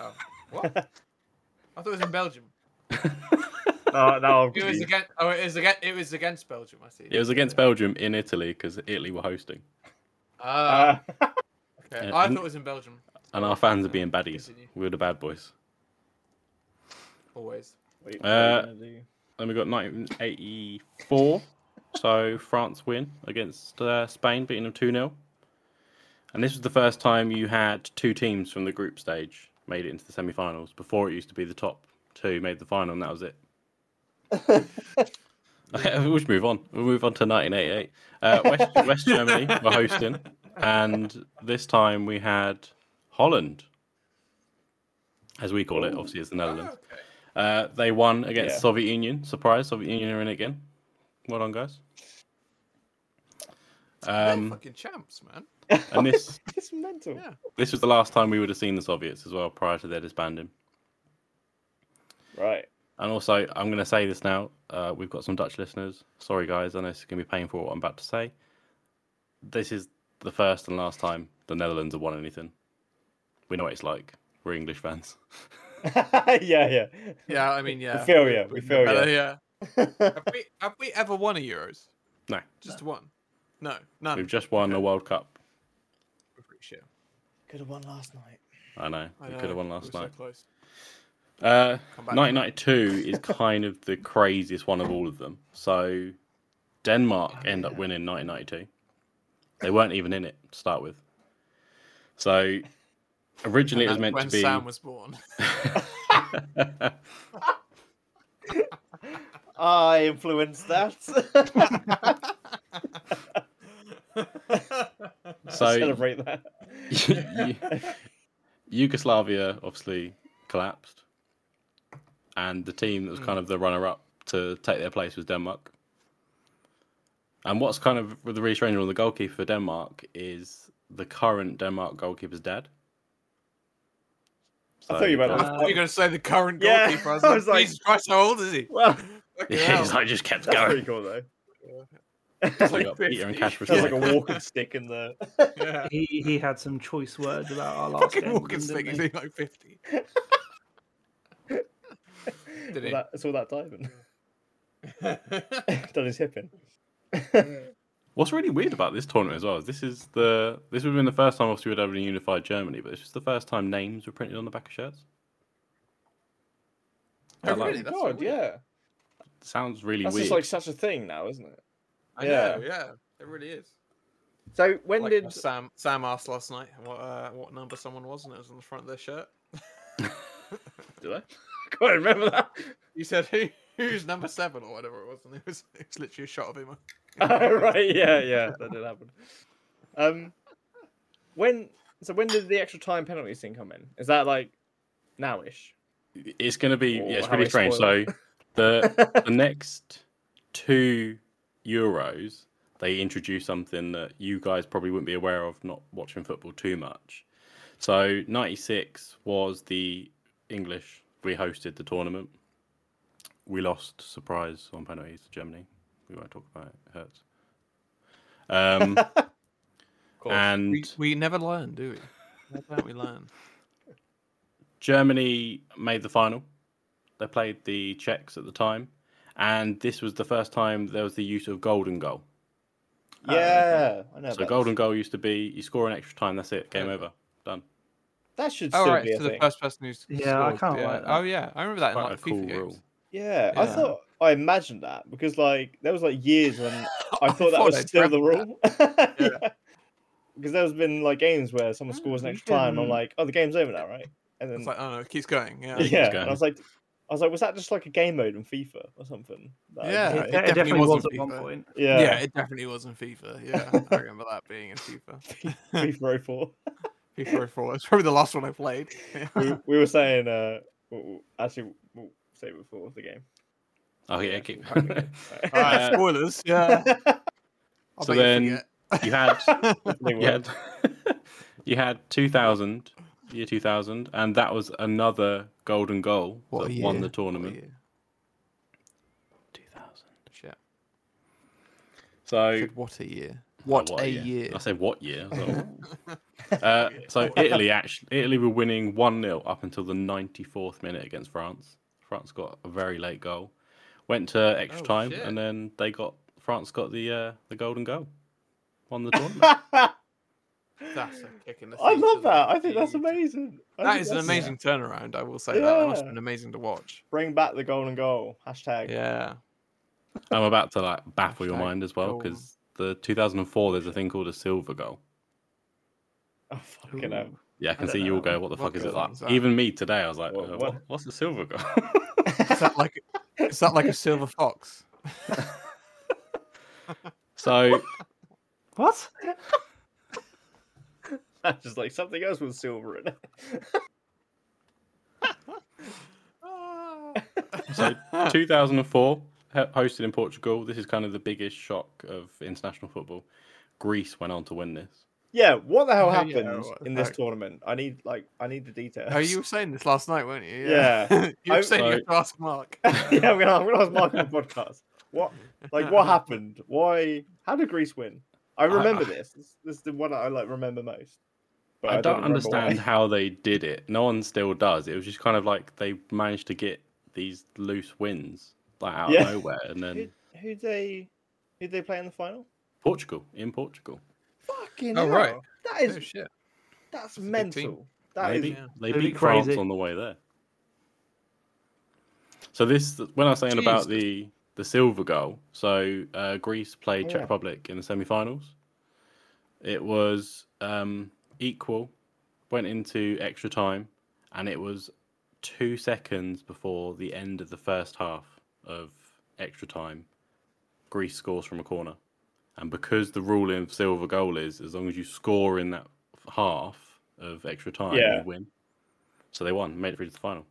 S4: Oh, what? I thought it was in Belgium.
S2: this. Oh, now
S4: It
S2: I'm
S4: was
S2: confused.
S4: against. Oh, it was against. It was against Belgium. I see.
S1: It was against Belgium in Italy because Italy were hosting,
S4: Ah,
S2: Uh,
S4: okay.
S1: yeah,
S4: I
S1: and-
S4: thought it was in Belgium.
S1: and our fans are being baddies.
S4: Continue.
S1: We were the bad boys.
S4: Always.
S2: what are you- what
S1: Uh,
S2: are you gonna do?
S1: Then we got 1984. so France win against uh, Spain, beating them 2 0. And this was the first time you had two teams from the group stage made it into the semi finals. Before it used to be the top two made the final, and that was it. we should move on. We'll move on to 1988. Uh, West, West Germany were hosting, and this time we had Holland, as we call it. Obviously, it's the Netherlands. Uh, they won against
S2: Yeah.
S1: Soviet Union. Surprise, Soviet Union are in again. Well done, guys.
S4: Um,
S1: Um,
S4: fucking champs, man.
S1: and this
S2: It's mental.
S4: Yeah.
S1: this was the last time we would have seen the Soviets as well prior to their disbanding.
S2: Right.
S1: And also, I'm going to say this now. Uh, we've got some Dutch listeners. Sorry, guys. I know it's going to be painful what I'm about to say. This is the first and last time the Netherlands have won anything. We know what it's like. We're English fans.
S2: yeah, yeah.
S4: Yeah, I mean, yeah.
S2: feel ya, we
S4: know
S2: feel
S4: better,
S2: ya.
S4: yeah. have, we, have we ever won a Euros?
S1: No,
S4: Just one? No, none.
S1: we've just won a World Cup.
S4: We're pretty sure.
S2: Could have won last night.
S1: I know.
S4: I
S1: we
S4: know,
S1: could have won
S4: we
S1: last
S4: were
S1: night.
S4: So close.
S1: Uh,
S4: Come back to
S1: 1992
S4: it.
S1: is kind of the craziest one of all of them. So Denmark
S4: Oh,
S1: end up winning 1992. They weren't even in it to start with. So originally it was
S4: That's
S1: meant
S4: when
S1: to be.
S4: Sam was born.
S2: I influenced that.
S1: so
S2: Celebrate that.
S1: Yu- Yugoslavia obviously collapsed, and the team that
S4: Hmm.
S1: was kind of the runner-up to take their place was Denmark. And what's kind of with the really strange on the goalkeeper for Denmark is the current Denmark goalkeeper's dad.
S2: I thought you meant
S1: yeah.
S4: I thought you were going to say the current
S2: Yeah,
S4: goalkeeper. I was,
S2: I
S4: like,
S2: was like-
S4: Jesus Christ, how old is he?
S2: Well,
S4: Fucking
S1: Yeah,
S4: hell.
S1: he's like just kept
S2: that's pretty
S1: going.
S2: cool though.
S1: So we got Peter and Kasper's
S2: Sounds like
S1: dad.
S2: a walking stick in the.
S4: Yeah.
S3: He he had some choice words about our last
S4: Fucking
S3: game.
S4: walking
S3: didn't
S4: stick.
S3: he?
S4: He's in like 50. Did
S2: All
S4: he?
S2: that, it's all that diving. Done his hip in.
S1: What's really weird about this tournament as well is this is the this would have been the first time obviously we'd ever unified Germany, but this was the first time names were printed on the back of shirts.
S4: Oh,
S1: Like,
S4: really? That's so
S2: God,
S4: weird.
S2: yeah.
S1: Sounds really
S2: That's
S1: weird.
S2: just like such a thing now, isn't it?
S4: I
S2: Yeah.
S4: know, yeah. It really is.
S2: So when
S4: Like,
S2: did
S4: uh, Sam Sam asked last night what uh, what number someone was, and it was on the front of their shirt.
S2: did I? can't remember that.
S4: You said who who's number seven or whatever it was, and it was it was literally a shot of him.
S2: Oh, right, yeah, yeah, that did happen. Um, when so when did the extra time penalties thing come in? Is that like nowish?
S1: it's going to be yeah, it's
S2: Or
S1: really
S2: how
S1: strange.
S2: it's
S1: So the the next two Euros, they introduce something that you guys probably wouldn't be aware of, not watching football too much. So '96 was the English. We hosted the tournament. We lost surprise on penalties to Germany. We won't talk about it. It hurts. Um, and
S4: We, we never learn, do we? Why don't we learn?
S1: Germany made the final. They played the Czechs at the time, and this was the first time there was the use of golden goal.
S2: Yeah, I know. about
S1: so
S2: this.
S1: golden goal used to be you score an extra time, that's it, game over, done.
S2: That should
S4: Oh
S2: still
S4: right,
S2: be a
S4: to the
S2: thing.
S4: first person who's
S3: Yeah, I
S4: scored,
S3: kinda
S4: yeah.
S3: like that.
S4: Oh yeah, I remember that. in,
S1: Quite
S4: like,
S1: a cool
S4: FIFA
S1: rule.
S2: Yeah, I
S4: Yeah.
S2: thought I imagined that because like there was like years when I thought that
S4: thought
S2: was
S4: I'd
S2: still the
S4: dreamt
S2: rule. Yeah. Because there's been like games where someone
S4: Oh,
S2: scores an
S4: you
S2: extra time, I'm
S3: can-
S2: like, oh, the game's over now, right? And then
S4: It's like, oh no, it keeps going. Yeah.
S2: yeah,
S1: going.
S2: and I was like, I was like, was that just like a game mode in FIFA or something? That I
S4: Yeah.
S3: It, it
S2: didn't know?
S4: definitely
S3: definitely, was
S4: wasn't
S3: at one
S4: FIFA.
S3: point.
S2: yeah,
S4: yeah, it definitely was in FIFA. Yeah, I remember that being in FIFA.
S2: FIFA 04.
S4: FIFA 04. It's probably the last one I played. Yeah.
S2: we, we were saying, uh, w- w- actually, we'll say it before the game.
S1: Oh yeah, keep.
S4: All right,
S1: Uh,
S4: spoilers. Yeah. I'll
S1: so
S4: bet you
S1: then
S4: forget.
S1: you had
S2: They
S1: you
S2: were.
S1: had you had two thousand, year two thousand, and that was another golden goal
S4: What a
S1: that won
S4: year.
S1: the
S4: What a
S1: tournament.
S4: year.
S1: Two thousand.
S4: Shit.
S1: So
S4: Said, what a year. What,
S1: Oh,
S4: a year.
S1: I said what year? I was like, uh, so Italy actually, Italy were winning one 0 up until the ninety fourth minute against France. France got a very late goal, went to extra
S4: Oh,
S1: time,
S4: shit.
S1: and then they got France got the uh, the golden goal, won the tournament.
S2: I
S4: That's a kick in the teeth,
S2: love
S4: isn't it?
S2: that. I think that's
S4: Huge.
S2: amazing. I
S4: That
S2: think
S4: is an
S2: that's-
S4: amazing turnaround, I will say that. That must have
S2: Yeah.
S4: been amazing to watch.
S2: Bring back the golden goal hashtag.
S4: Yeah.
S1: I'm about to like baffle your
S4: Hashtag
S1: mind as well
S4: golden.
S1: because the two thousand and four there's a thing called a silver goal.
S2: Oh, fucking hell.
S3: Ooh.
S1: Yeah, I can
S2: don't
S1: see
S2: know
S1: you all
S2: that
S1: go,
S4: one.
S1: what the
S4: What
S1: fuck is it
S4: goal
S1: like?
S4: is that?
S1: Even me today, I was like,
S2: What-
S1: uh,
S2: what?
S1: what- what's a silver goal?
S4: Is that like is that like a silver fox?
S1: so
S3: What?
S2: Just like something else with silver in it.
S4: Ah.
S1: So 2004, he- hosted in Portugal. This is kind of the biggest shock of international football. Greece went on to win this.
S2: Yeah, what the hell
S4: Oh, yeah,
S2: happened
S4: what the
S2: in this
S4: heck?
S2: tournament? I need like I need the details.
S4: Oh, you were saying this last night, weren't you?
S2: Yeah.
S4: you were
S2: I-
S4: saying you
S1: Right.
S4: had to ask Mark. Oh,
S2: yeah, I'm gonna, I'm gonna ask Mark on the podcast. What, like, what happened? Why? How did Greece win? I remember this. this. This is the one I like remember most. But
S1: I, don't,
S2: remember why.
S1: understand how they did it. No one still does. It was just kind of like they managed to get these loose wins like out
S2: Yeah.
S1: of nowhere, and
S2: Who,
S1: then
S2: who they who they play in the final?
S1: Portugal in Portugal.
S2: Fucking
S4: Oh,
S2: hell.
S4: right.
S2: That
S4: Oh,
S2: is
S4: shit.
S2: that's
S4: a big team.
S2: mental. That is
S1: Maybe
S4: yeah.
S1: they
S3: That'd be
S1: beat France
S3: crazy.
S1: on the way there. So this, when I was saying about
S4: Jesus.
S1: the the silver goal. So uh, Greece played
S2: Oh,
S1: Czech
S2: yeah.
S1: Republic in the semi-finals. It was um, equal, went into extra time, and it was two seconds before the end of the first half of extra time. Greece scores from a corner, and because the rule in silver goal is as long as you score in that half of extra time,
S2: Yeah.
S1: you win. So they won, made it through to the final.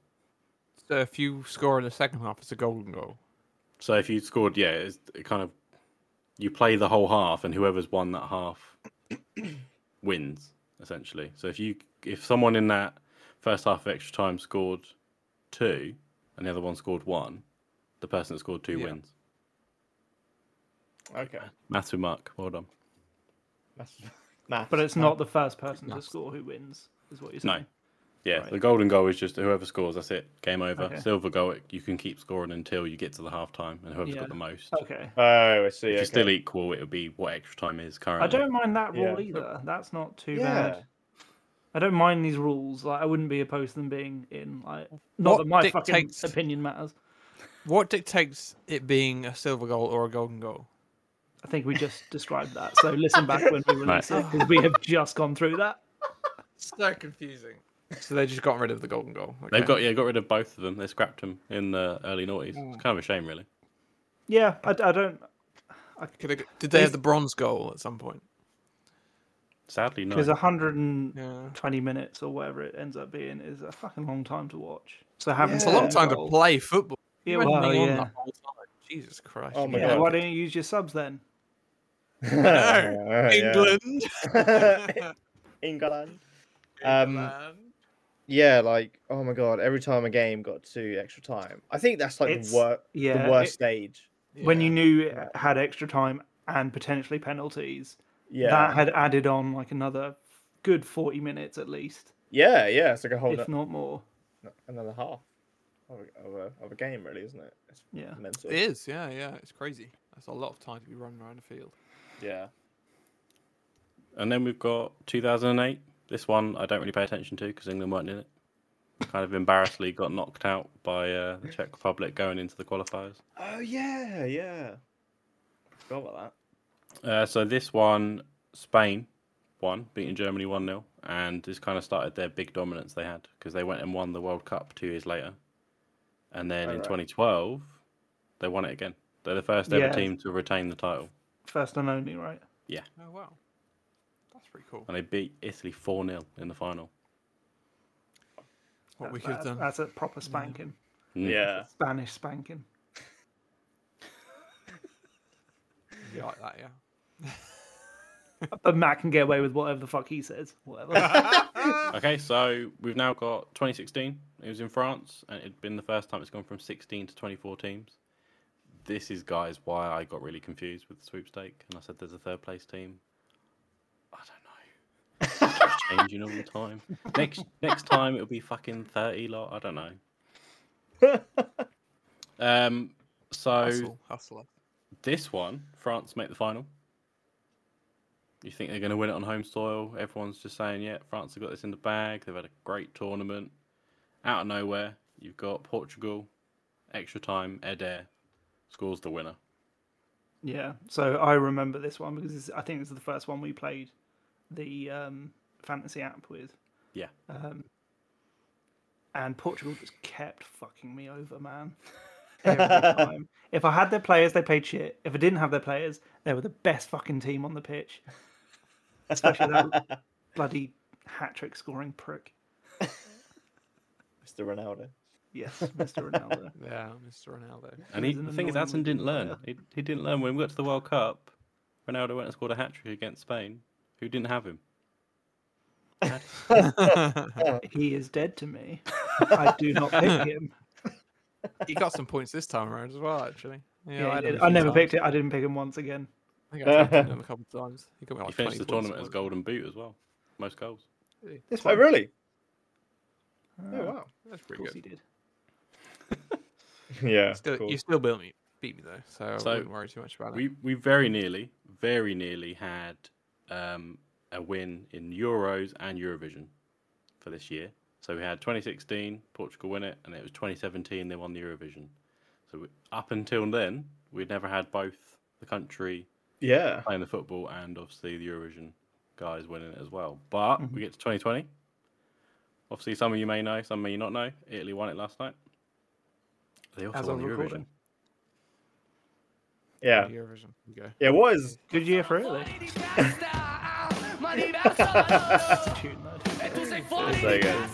S4: So if you score in the second half, it's a golden goal.
S1: So if you scored, yeah, it's it kind of you play the whole half, and whoever's won that half wins essentially. So if you if someone in that first half of extra time scored two, and the other one scored one, the person that scored two
S4: Yeah.
S1: wins.
S2: Okay.
S1: Maths with Mark, well done.
S2: That's, maths.
S3: But it's not the first person to
S4: Nice.
S3: score who wins, is what you're
S1: No.
S3: saying.
S1: Yeah,
S3: Right.
S1: the golden goal is just whoever scores. That's it. Game over.
S3: Okay.
S1: Silver goal, it- you can keep scoring until you get to the half time, and whoever's
S3: Yeah.
S1: got the most.
S3: Okay.
S2: Oh, I see.
S1: If
S2: okay.
S1: you're still equal, it would be what extra time is currently.
S3: I don't mind that
S2: Yeah.
S3: rule either. That's not too
S2: yeah.
S3: bad. I don't mind these rules. Like I wouldn't be opposed to them being in. Like not
S4: What
S3: that my
S4: dictates-
S3: fucking opinion matters.
S4: What dictates it being a silver goal or a golden goal?
S3: I think we just described that. So listen back when we
S1: Right.
S3: release it because we have just gone through that.
S4: So confusing. So they just got rid of the golden goal.
S1: They've
S4: okay.
S1: got yeah, got rid of both of them. They scrapped them in the early noughties. It's kind of a shame, really.
S3: Yeah, I, I don't.
S4: Could they, did they have the bronze goal at some point?
S1: Sadly, no.
S3: Because 120
S4: Yeah.
S3: minutes or whatever it ends up being is a fucking long time to watch. So having
S4: It's a long
S2: Yeah.
S4: time to
S3: goal-
S4: play football.
S3: Yeah,
S4: Imagine
S3: well,
S4: being on
S3: yeah.
S4: that whole time. Jesus Christ.
S2: Oh my
S3: Yeah,
S2: God.
S3: why don't you use your subs then?
S2: Yeah, yeah.
S4: England.
S2: England. Um, yeah, like oh my god, every time a game got to extra time, I think that's like
S3: It's-
S2: the, wor-
S3: yeah,
S2: the worst
S3: it-
S2: stage.
S3: When you
S4: Yeah.
S3: knew it had extra time and potentially penalties,
S2: Yeah,
S3: that had added on like another good 40 minutes at least,
S2: yeah, yeah. It's like a whole
S3: if
S2: no-
S3: not more.
S2: another half of a, of, a, of a game, really, isn't it? It's
S3: Yeah.
S2: mental.
S4: It is, yeah, yeah. It's crazy. That's a lot of time to be running around the field.
S2: Yeah.
S1: And then we've got 2008. This one I don't really pay attention to because England weren't in it. Kind of embarrassedly got knocked out by uh, the Czech Republic going into the qualifiers.
S2: Oh yeah, yeah. Forgot about
S1: Uh, so this one, Spain won, beating Germany 1 0. And this kind of started their big dominance they had because they went and won the World Cup two years later. And then in
S2: Alright.
S1: 2012, they won it again. They're the first ever
S3: Yeah.
S1: team to retain the title.
S3: First and only, right?
S4: Oh, wow. That's pretty cool.
S1: And they beat Italy 4 0 in the final.
S4: What we
S3: That-
S4: could have
S3: that-
S4: done.
S3: That's a proper spanking.
S2: that.
S1: Mm.
S2: Hmm. Yeah.
S3: Spanish spanking.
S4: You like that, yeah.
S3: But Matt can get away with whatever the fuck he says. Whatever.
S1: Okay, so we've now got 2016. It was in France, and it'd been the first time it's gone from 16 to 24 teams. This is, guys, why I got really confused with the sweepstake, and I said there's a third place team. I don't know. It's just changing all the time. Next next time it'll be fucking 30 lot. I don't know. Um, so
S4: Hustle, hustler.
S1: this one, France make the final. You think they're going to win it on home soil? Everyone's just saying, yeah, France have got this in the bag. They've had a great tournament. Out of nowhere, you've got Portugal, extra time, Eder scores the winner.
S3: yeah. So I remember this one because this, I think this is the first one we played the um, fantasy app with.
S1: Yeah.
S3: Um, and Portugal just kept fucking me over, man. Every time. If I had their players, they played shit. If I didn't have their players, they were the best fucking team on the pitch. Especially that bloody hat trick scoring prick.
S2: Mr. Ronaldo.
S3: Yes, Mr. Ronaldo.
S4: Yeah, Mr. Ronaldo.
S1: And he,
S3: He's an
S1: the thing is,
S3: annoying
S1: Adson didn't learn. He, he didn't learn when we got to the World Cup. Ronaldo went and scored a hat trick against Spain, who didn't have him.
S3: He is dead to me. I do not pick him.
S4: he got some points this time around as well, actually. Yeah,
S3: Yeah,
S4: I,
S3: I,
S4: had him a
S3: I
S4: few
S3: never
S4: times.
S3: picked it. I didn't pick him once again.
S4: I think I tapped him a couple of times. He got me like
S1: he finished the
S4: 20 points
S1: tournament
S4: or
S1: as
S4: whatever.
S1: golden boot as well. Most goals.
S3: This
S2: Oh
S3: one,
S2: really?
S3: Uh,
S2: Oh wow.
S4: That's
S3: Of
S4: pretty
S3: course
S4: good.
S3: he did.
S2: Yeah.
S4: Still,
S2: cool.
S4: You still built me, beat me though, so,
S1: So,
S4: I wouldn't worry too much about it.
S1: We we very nearly, very nearly had um, a win in Euros and Eurovision for this year. So we had 2016 Portugal win it, and it was 2017 they won the Eurovision. So we, up until then, we'd never had both the country
S2: Yeah.
S1: playing the football and obviously the Eurovision guys winning it as well. But
S4: Mm-hmm.
S3: Mhm.
S1: we get to 2020. Obviously, some of you may know, some may not know. Italy won it last night. They also
S4: As
S1: won
S4: of
S1: the Eurovision.
S4: recording.
S2: Yeah.
S4: Eurovision. You go.
S2: Yeah, what is
S3: Good year for Italy. It's a tune, though.
S2: so good.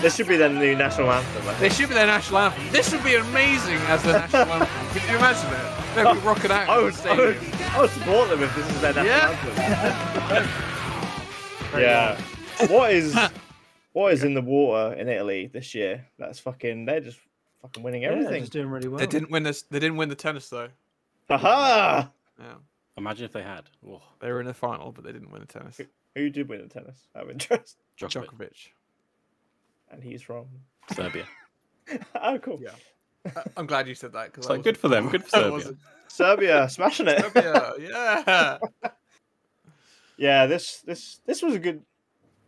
S2: This should be their new national anthem. I
S4: They
S2: think.
S4: should be their national anthem. This would be amazing as their national anthem. Can you imagine it? They'd be rocking out. in the
S2: I would, I, would,
S4: stadium.
S2: I would support them if this is their national
S4: Yeah.
S2: anthem. yeah. What is what is in the water in Italy this year? That's fucking. They're just fucking winning
S3: Yeah,
S2: everything.
S3: just doing really well.
S4: They didn't win this. They didn't win the tennis though.
S2: Aha!
S4: Yeah,
S1: Imagine if they had. Oh,
S4: they were in the final, but they didn't win the tennis.
S2: Who did win in tennis? Out of interest.
S1: Djokovic,
S4: Djokovic.
S2: And he's from.
S1: Serbia.
S2: oh, cool.
S4: Yeah. I- I'm glad you said that because
S1: It's like, good for them, good for Serbia.
S2: Serbia smashing it.
S4: Serbia, yeah.
S2: Yeah, this this this was a good.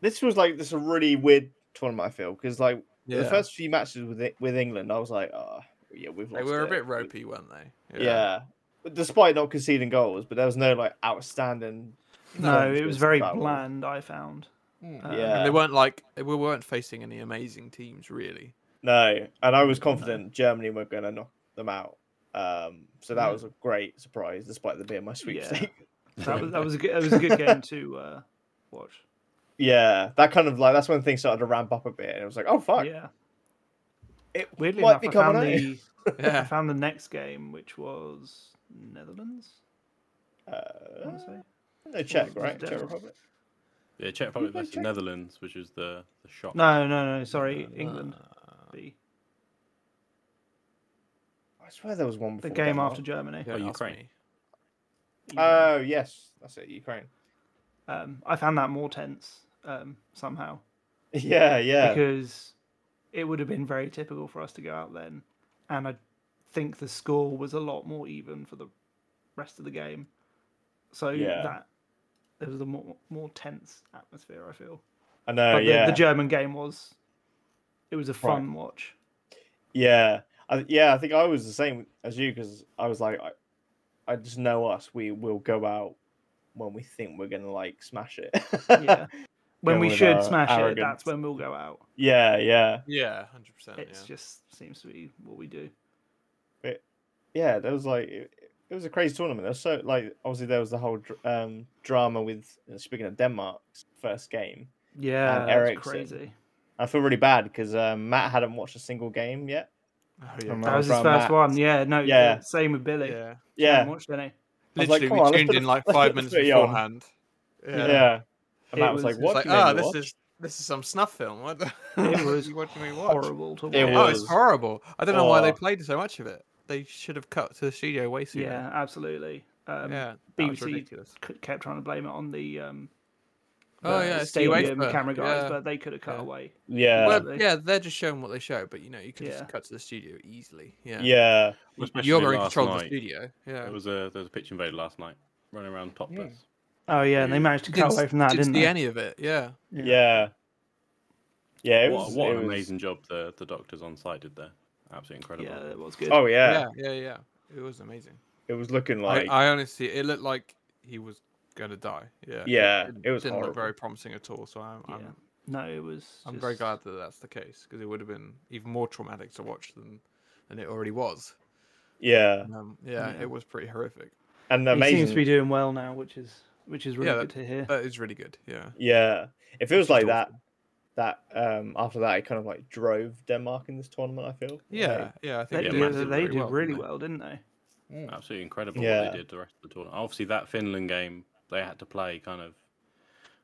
S2: This was like this a really weird tournament. I feel because like
S4: yeah.
S2: the first few matches with E- with England, I was like, oh yeah, we've
S4: they
S2: lost.
S4: were a
S2: it."
S4: bit
S2: We-
S4: ropey, weren't they?
S2: Yeah. But despite not conceding goals, but there was no like outstanding.
S3: No,
S2: performance
S3: it was very
S2: that
S3: bland. I found.
S4: Mm.
S3: Uh,
S2: Yeah.
S4: And they weren't like they were- weren't facing any amazing teams really.
S2: No, and I was confident Germany were going to knock them out. Um, so that was a great surprise, despite there being my sweepstake.
S3: That was that was a good, that was a good game to uh, watch.
S2: Yeah. that kind of like that's when things started to ramp up a bit, and it was like, oh fuck,
S3: Yeah.
S2: it
S3: Weirdly
S2: might
S3: enough,
S2: be
S3: I
S2: coming.
S3: found
S2: out.
S3: the I
S4: Yeah.
S3: found the next game, which was Netherlands. I
S2: Uh,
S3: want to say.
S2: no, Czech,
S3: was
S2: right?
S3: the
S2: Czech
S3: devil?
S2: Republic.
S1: Yeah, Czech Republic versus Netherlands, which is the, the shock.
S3: No, no, no.
S2: Uh,
S3: Sorry, England. B.
S2: I swear there was one
S3: The
S2: before
S3: game
S2: Denmark.
S3: after Germany.
S4: Don't
S1: Oh,
S4: ask
S1: Ukraine.
S4: me.
S2: Oh yes, that's it. Ukraine.
S3: Um, I found that more tense um, somehow
S2: Yeah, yeah,
S3: because it would have been very typical for us to go out then, and I think the score was a lot more even for the rest of the game. So
S2: Yeah.
S3: that there was a more more tense atmosphere. I feel.
S2: I know.
S3: But the,
S2: Uh, yeah,
S3: the German game was. It was a fun watch.
S2: yeah, I, yeah. I think I was the same as you because I was like, I, I just know us. We will go out when we think we're gonna like smash it.
S3: Yeah. When
S2: Going
S3: we
S2: with
S3: should
S2: our
S3: smash it,
S2: arrogance.
S3: that's when we'll go out.
S2: yeah, yeah,
S4: Yeah, hundred percent.
S3: It
S4: Oh, Yeah.
S3: just seems to be what we do.
S2: yeah. There was like. It, it was a crazy tournament. There was so like obviously there was the whole dr- um, drama with uh, speaking of Denmark's first game.
S3: Yeah,
S2: And
S3: that's
S2: Eriksen.
S3: crazy.
S2: I feel really bad because um, Matt hadn't watched a single game yet.
S4: Oh, yeah.
S2: From
S3: That was his
S2: from
S3: first
S2: Matt.
S3: one. Yeah, no,
S2: Yeah.
S3: yeah. Same with Billy.
S4: yeah.
S2: Yeah,
S3: Watched any.
S2: I was like,
S4: Literally,
S2: "Come on,
S4: we
S2: let's
S4: tuned
S2: put
S4: in
S2: it-
S4: like
S2: let's
S4: five minutes
S2: put it on."
S4: beforehand.
S2: yeah. And
S3: It
S2: Matt
S3: was-
S2: was, like,
S3: it's
S4: It's
S2: "What?
S4: like,
S2: do you mean
S4: oh,
S2: you
S4: this
S2: watched?"
S4: is this is some snuff film. What? the-
S3: It was
S4: what do we watch?
S3: Horrible to watch.
S2: It
S4: Oh, it's
S2: was.
S4: horrible. I don't know why they
S2: Oh.
S4: played so much of it. They should have cut to the studio way sooner.
S3: Yeah, absolutely. Um,
S4: yeah. that was
S3: BBC
S4: ridiculous.
S3: c- kept trying to blame it on the, um,
S4: Oh
S3: the
S4: yeah, it's the
S3: stadium
S4: UEFA,
S3: camera guys,
S4: yeah.
S3: but they could have cut
S4: Yeah.
S3: away.
S2: Yeah,
S4: Well,
S3: Absolutely.
S4: yeah, they're just showing what they show, but you know, you could
S3: Yeah.
S4: just cut to the studio easily. Yeah.
S2: yeah,
S4: Y-
S1: Especially
S4: You're very in
S1: last
S4: control of the
S1: night.
S4: studio. Yeah.
S1: There was a there was a pitch invader last night, running around topless.
S3: Oh yeah, and they managed to cut
S4: Didn't-
S3: away from that,
S4: didn't
S3: didn't
S4: see
S3: they?
S4: any of it. Yeah.
S2: yeah, yeah. it
S1: what
S2: was
S1: what an
S2: it was-
S1: amazing job the, the doctors on site did there. Absolutely incredible.
S3: yeah, it was good.
S2: Oh yeah.
S4: Yeah. Yeah. Yeah. It was amazing.
S2: it was looking
S4: I-
S2: like
S4: I, honestly, it looked like he was gonna die. Yeah.
S2: yeah, it, was
S4: didn't
S2: horrible.
S4: look very promising at all. So I'm,
S3: Yeah.
S4: I'm
S3: No, it was.
S4: I'm very
S3: just-
S4: glad that that's the case because it would have been even more traumatic to watch than than it already was.
S2: Yeah,
S4: Um, yeah,
S3: Yeah.
S4: it was pretty horrific.
S2: and
S3: He
S2: amazing.
S3: seems to be doing well now, which is which is really
S4: Yeah,
S3: good to hear.
S4: That is really good. Yeah,
S2: Yeah, it feels
S4: just
S2: like that. That um after that, it kind of like drove Denmark in this tournament. I feel.
S4: yeah,
S2: Like,
S4: yeah. I
S3: They,
S4: think
S1: did
S3: yeah,
S1: massively
S3: they
S4: pretty
S3: did really
S4: didn't
S3: well, didn't they?
S1: Absolutely incredible
S2: Yeah.
S1: what they did the rest of the tournament. Obviously, that Finland game they had to play kind of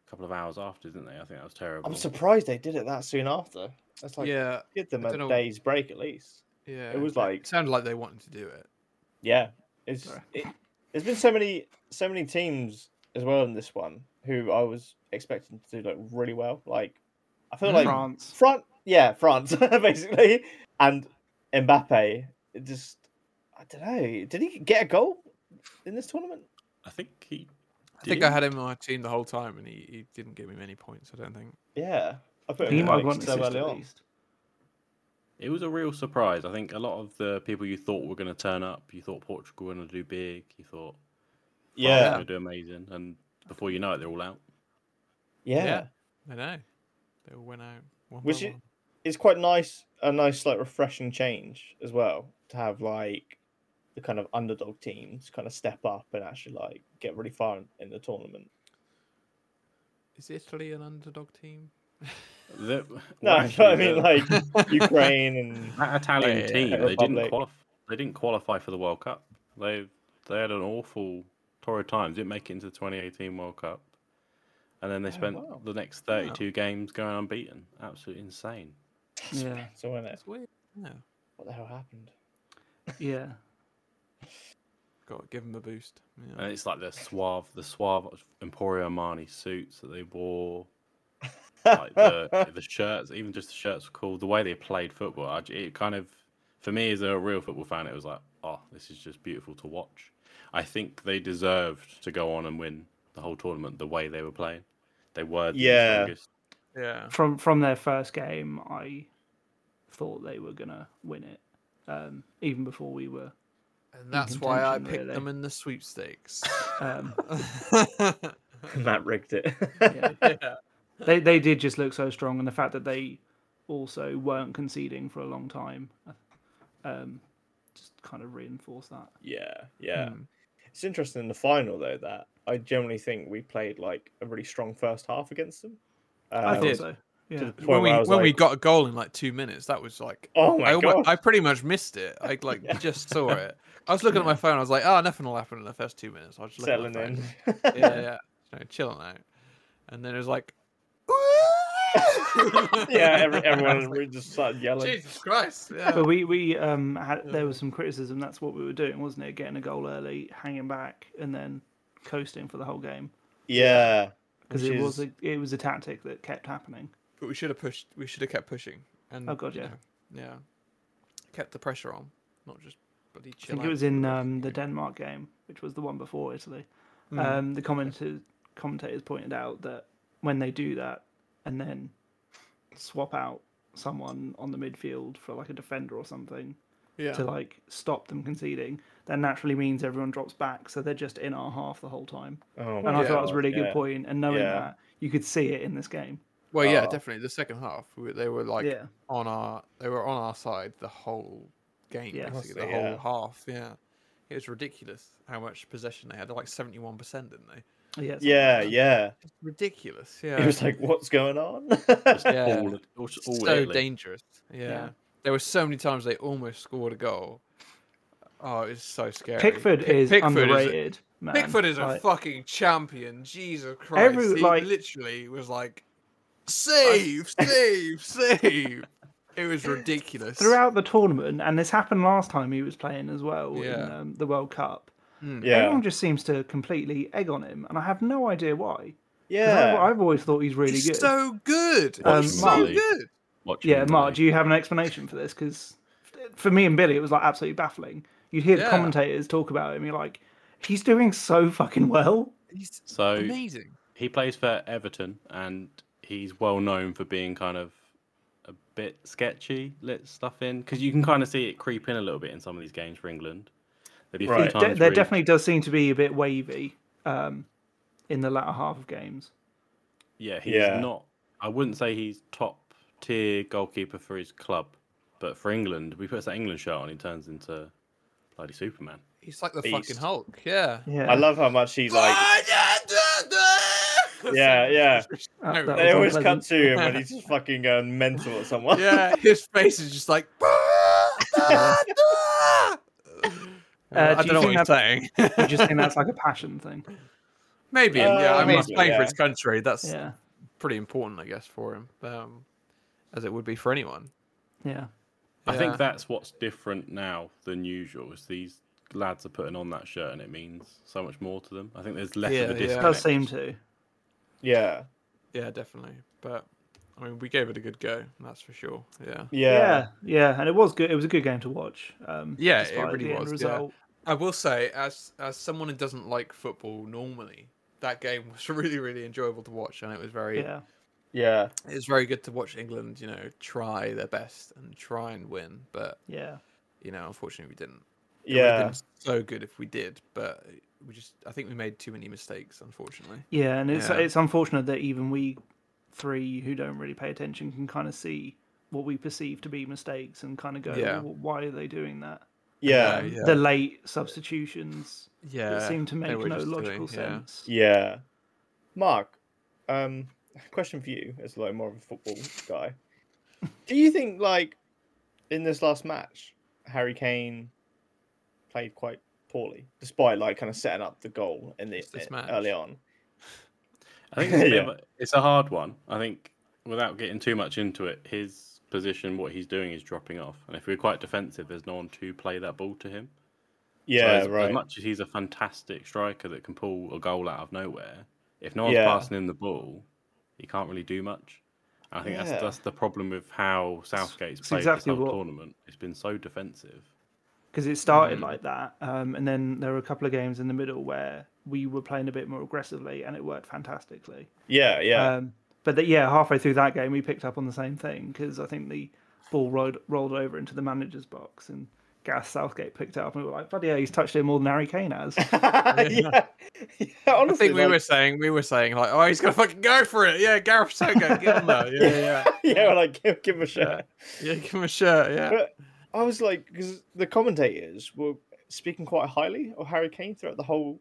S1: a couple of hours after, didn't they? I think that was terrible.
S2: I'm surprised they did it that soon after. That's
S4: they?
S2: like
S4: yeah,
S2: give them
S4: I
S2: a
S4: don't know.
S2: day's break at least.
S4: yeah.
S2: It was like
S4: It sounded like they wanted to do it.
S2: Yeah, it's
S3: Sorry.
S2: it, there's been so many so many teams as well in this one who I was expecting to do like really well. Like I feel
S4: Mm.
S2: like France,
S3: France.
S2: yeah, France basically, and Mbappe. It just I don't know. Did he get a goal in this tournament?
S1: I think he.
S4: I think I
S1: did.
S4: had him on my team the whole time, and he, he didn't give me many points. I don't think.
S2: Yeah, I put him
S3: He
S2: in,
S3: might have
S2: like,
S3: gotten
S2: so
S3: assist
S2: early
S3: at
S2: on.
S3: least.
S5: It was a real surprise. I think a lot of the people you thought were going to turn up, you thought Portugal were going to do big, you thought France
S2: Oh, Yeah.
S5: going to do amazing, and before you know it, they're all out.
S2: yeah,
S4: I know. They all went out. One
S2: Which
S4: by
S2: is-
S4: one.
S2: It's quite nice, a nice like refreshing change as well to have like the kind of underdog teams kind of step up and actually like get really far in, in the tournament.
S4: is Italy an underdog team?
S5: The-
S2: No,
S5: well,
S2: you know what I
S5: actually,
S2: mean
S5: the-
S2: like Ukraine and
S5: that Italian
S4: Yeah, yeah,
S5: team,
S2: yeah.
S5: they didn't
S2: Republic.
S5: qualify. They didn't qualify for the World Cup. They they had an awful torrid time. Didn't make it into the 2018 World Cup, and then they spent
S2: Oh, wow.
S5: the next 32 games going unbeaten. Absolutely insane.
S3: Yeah,
S2: so in it.
S4: That's weird. No,
S2: What the hell happened?
S3: yeah.
S4: got to give them a boost. Yeah.
S5: And it's like the suave, the suave Emporio Armani suits that they wore, like the the shirts, even just the shirts were cool. The way they played football, I j- it kind of, for me as a real football fan, it was like, oh, this is just beautiful to watch. I think they deserved to go on and win the whole tournament the way they were playing. They were the
S2: Yeah.
S5: strongest.
S4: yeah.
S3: From from their first game, I thought they were gonna win it, um, even before we were.
S4: And that's why I
S3: contention,
S4: picked
S3: really.
S4: them in the sweepstakes.
S3: Um,
S2: Matt rigged it.
S3: yeah. They they did just look so strong, and the fact that they also weren't conceding for a long time, um, just kind of reinforced that.
S2: yeah, yeah.
S4: Hmm.
S2: It's interesting in the final though that I generally think we played like a really strong first half against them. Um,
S3: I thought
S4: did.
S3: so.
S2: to
S3: Yeah.
S2: the point
S4: when we
S2: where I
S4: when
S2: was
S4: we
S2: like,
S4: got a goal in like two minutes, that was like
S2: oh my
S4: I,
S2: god,
S4: wa- I pretty much missed it. I like just saw it. I was looking at my phone. I was like, oh, nothing will happen in the first two minutes. I'll just look
S2: settling
S4: at my phone.
S2: in.
S4: Yeah, yeah, you know, chilling out. And then it was like,
S2: yeah, every, everyone really just started yelling.
S4: Jesus Christ! Yeah.
S3: But we we um had there
S4: Yeah.
S3: was some criticism. That's what we were doing, wasn't it? Getting a goal early, hanging back, and then coasting for the whole game
S2: Yeah,
S3: because
S2: which
S3: it was
S2: is-
S3: a it was a tactic that kept happening.
S4: But we should have pushed. We should have kept pushing. And
S3: Oh, God,
S4: you
S3: yeah.
S4: know, yeah. Kept the pressure on, not just bloody
S3: I
S4: chill.
S3: think it
S4: out.
S3: was in um, the Denmark game, which was the one before Italy.
S4: Mm.
S3: Um, the commentators commentators pointed out that when they do that and then swap out someone on the midfield for like a defender or something
S4: yeah.
S3: to like stop them conceding, that naturally means everyone drops back, so they're just in our half the whole time.
S2: Oh,
S3: And
S2: my
S3: I thought that was a
S2: God,
S3: really good
S2: yeah.
S3: point. And knowing
S2: Yeah.
S3: that, you could see it in this game.
S4: Well, yeah,
S2: Oh.
S4: definitely. The second half, we, they were like
S3: Uh, yeah.
S4: on our, they were on our side the whole game,
S3: Yeah.
S4: basically, the
S2: Honestly,
S4: whole
S2: yeah.
S4: half. Yeah, it was ridiculous how much possession they had. They're like seventy-one percent, didn't they?
S3: Yeah. it's-
S2: Yeah, yeah.
S4: It's ridiculous. Yeah,
S2: It was like, what's going on?
S3: Hmm.
S4: Yeah.
S5: All, all,
S4: It's
S5: all
S4: so
S5: Italy.
S4: dangerous. Yeah.
S3: Yeah.
S4: there were so many times they almost scored a goal. Oh, it was so scary.
S3: Pickford
S4: Pick-
S3: is
S4: Pickford Is
S3: underrated. man.
S4: a, Pickford is a
S3: Like,
S4: fucking champion. Jesus Christ!
S3: Every-
S4: he
S3: like-
S4: literally was like, save, save, save. It was ridiculous.
S3: throughout the tournament, and this happened last time he was playing as well in
S4: Yeah.
S3: um, the World Cup.
S2: yeah,
S3: Everyone just seems to completely egg on him, and I have no idea why. 'Cause I've,
S2: yeah.
S3: I've always thought he's really
S4: He's
S3: good.
S4: so good.
S5: Um,
S4: He's so
S5: Mark-
S4: good.
S5: Watching
S3: Yeah,
S5: the-
S3: Mark, do you have an explanation for this? Because for me and Billy, it was like absolutely baffling. You'd hear the
S4: Yeah.
S3: commentators talk about him, you're like, he's doing so fucking well.
S4: He's
S5: So
S4: amazing.
S5: he plays for Everton, and he's well known for being kind of a bit sketchy, let stuff in because you can kind of see it creep in a little bit in some of these games for England. There'll be a few
S2: Right.
S3: de-
S5: times
S3: there
S5: where he-
S3: definitely does seem to be a bit wavy um, in the latter half of games.
S5: yeah, he's
S2: Yeah.
S5: not. I wouldn't say he's top tier goalkeeper for his club, but for England, we put that England shirt on, he turns into bloody Superman.
S4: He's like the fucking
S2: Beast.
S4: Hulk. Yeah.
S3: Yeah,
S2: I love how much he like. Yeah, yeah.
S3: Uh,
S4: No,
S3: that
S2: They
S3: was
S2: always
S3: unpleasant.
S2: cut to him when he's just fucking going mental at someone.
S4: yeah, his face is just like.
S3: Uh,
S4: I
S3: do
S4: don't
S3: you
S4: know what
S3: think
S4: he's
S3: that-
S4: saying.
S3: I just think that's like a passion thing.
S4: Maybe,
S2: Uh,
S4: yeah. I mean, he's
S2: maybe,
S4: playing
S2: yeah.
S4: for his country. That's
S3: Yeah,
S4: pretty important, I guess, for him, um, as it would be for anyone.
S3: yeah,
S5: I
S4: Yeah.
S5: think that's what's different now than usual is these lads are putting on that shirt and it means so much more to them. I think there's less
S4: Yeah,
S5: of a
S4: yeah.
S5: disconnect.
S3: does seem to.
S2: Yeah,
S4: Yeah, definitely. But I mean, we gave it a good go. That's for sure. Yeah.
S2: yeah,
S3: Yeah, yeah, and it was good. It was a good game to watch. Um,
S4: Yeah, it
S3: despite
S4: really
S3: the end
S4: was, yeah.
S3: Result.
S4: I will say, as as someone who doesn't like football normally, that game was really, really enjoyable to watch, and it was very
S3: Yeah,
S2: Yeah.
S4: It's very good to watch England, you know, try their best and try and win, but
S3: Yeah.
S4: you know, unfortunately, we didn't. It would have
S2: Yeah.
S4: been so good if we did, but we just I think we made too many mistakes, unfortunately.
S3: Yeah, and it's
S4: Yeah.
S3: it's unfortunate that even we three who don't really pay attention can kind of see what we perceive to be mistakes and kind of go,
S4: Yeah.
S3: well, why are they doing that?
S2: Yeah.
S4: Uh, yeah.
S3: The late substitutions
S4: Yeah,
S3: that seem to
S4: they
S3: make
S4: were
S3: no
S4: just doing-
S3: logical
S4: yeah.
S3: sense.
S2: Yeah. Mark, um, question for you as like more of a football guy. Do you think like in this last match, Harry Kane played quite poorly, despite like kind of setting up the goal in the
S4: Just this
S2: eh,
S4: match?
S2: early on?
S1: I think it's, a bit
S2: Yeah.
S1: of a- it's a hard one. I think without getting too much into it, his position, what he's doing, is dropping off. And if we're quite defensive, there's no one to play that ball to him. So
S2: Yeah,
S1: as, as
S2: right.
S1: much as he's a fantastic striker that can pull a goal out of nowhere, if no one's
S2: Yeah.
S1: passing him the ball, he can't really do much. I think
S2: Yeah.
S1: that's that's the problem with how Southgate's
S3: it's
S1: played
S3: exactly
S1: this whole
S3: what-
S1: tournament. It's been so defensive.
S3: because it started
S4: Mm.
S3: like that, um, and then there were a couple of games in the middle where we were playing a bit more aggressively, and it worked fantastically.
S2: Yeah, yeah.
S3: Um, but that yeah, halfway through that game, we picked up on the same thing because I think the ball rolled rolled over into the manager's box, and Gareth Southgate picked it up, and we were like, "Bloody yeah, he's touched it more than Harry Kane has."
S2: yeah. yeah.
S4: I
S2: honestly,
S4: Uh, think we
S2: like-
S4: were saying we were saying like, oh, he's gonna fucking go for it. Yeah, Gareth Southgate, get on there. Yeah, yeah,
S2: yeah, we're like give, give him a shot.
S4: yeah. Give him a shirt. Yeah,
S2: But I was like, because the commentators were speaking quite highly of Harry Kane throughout the whole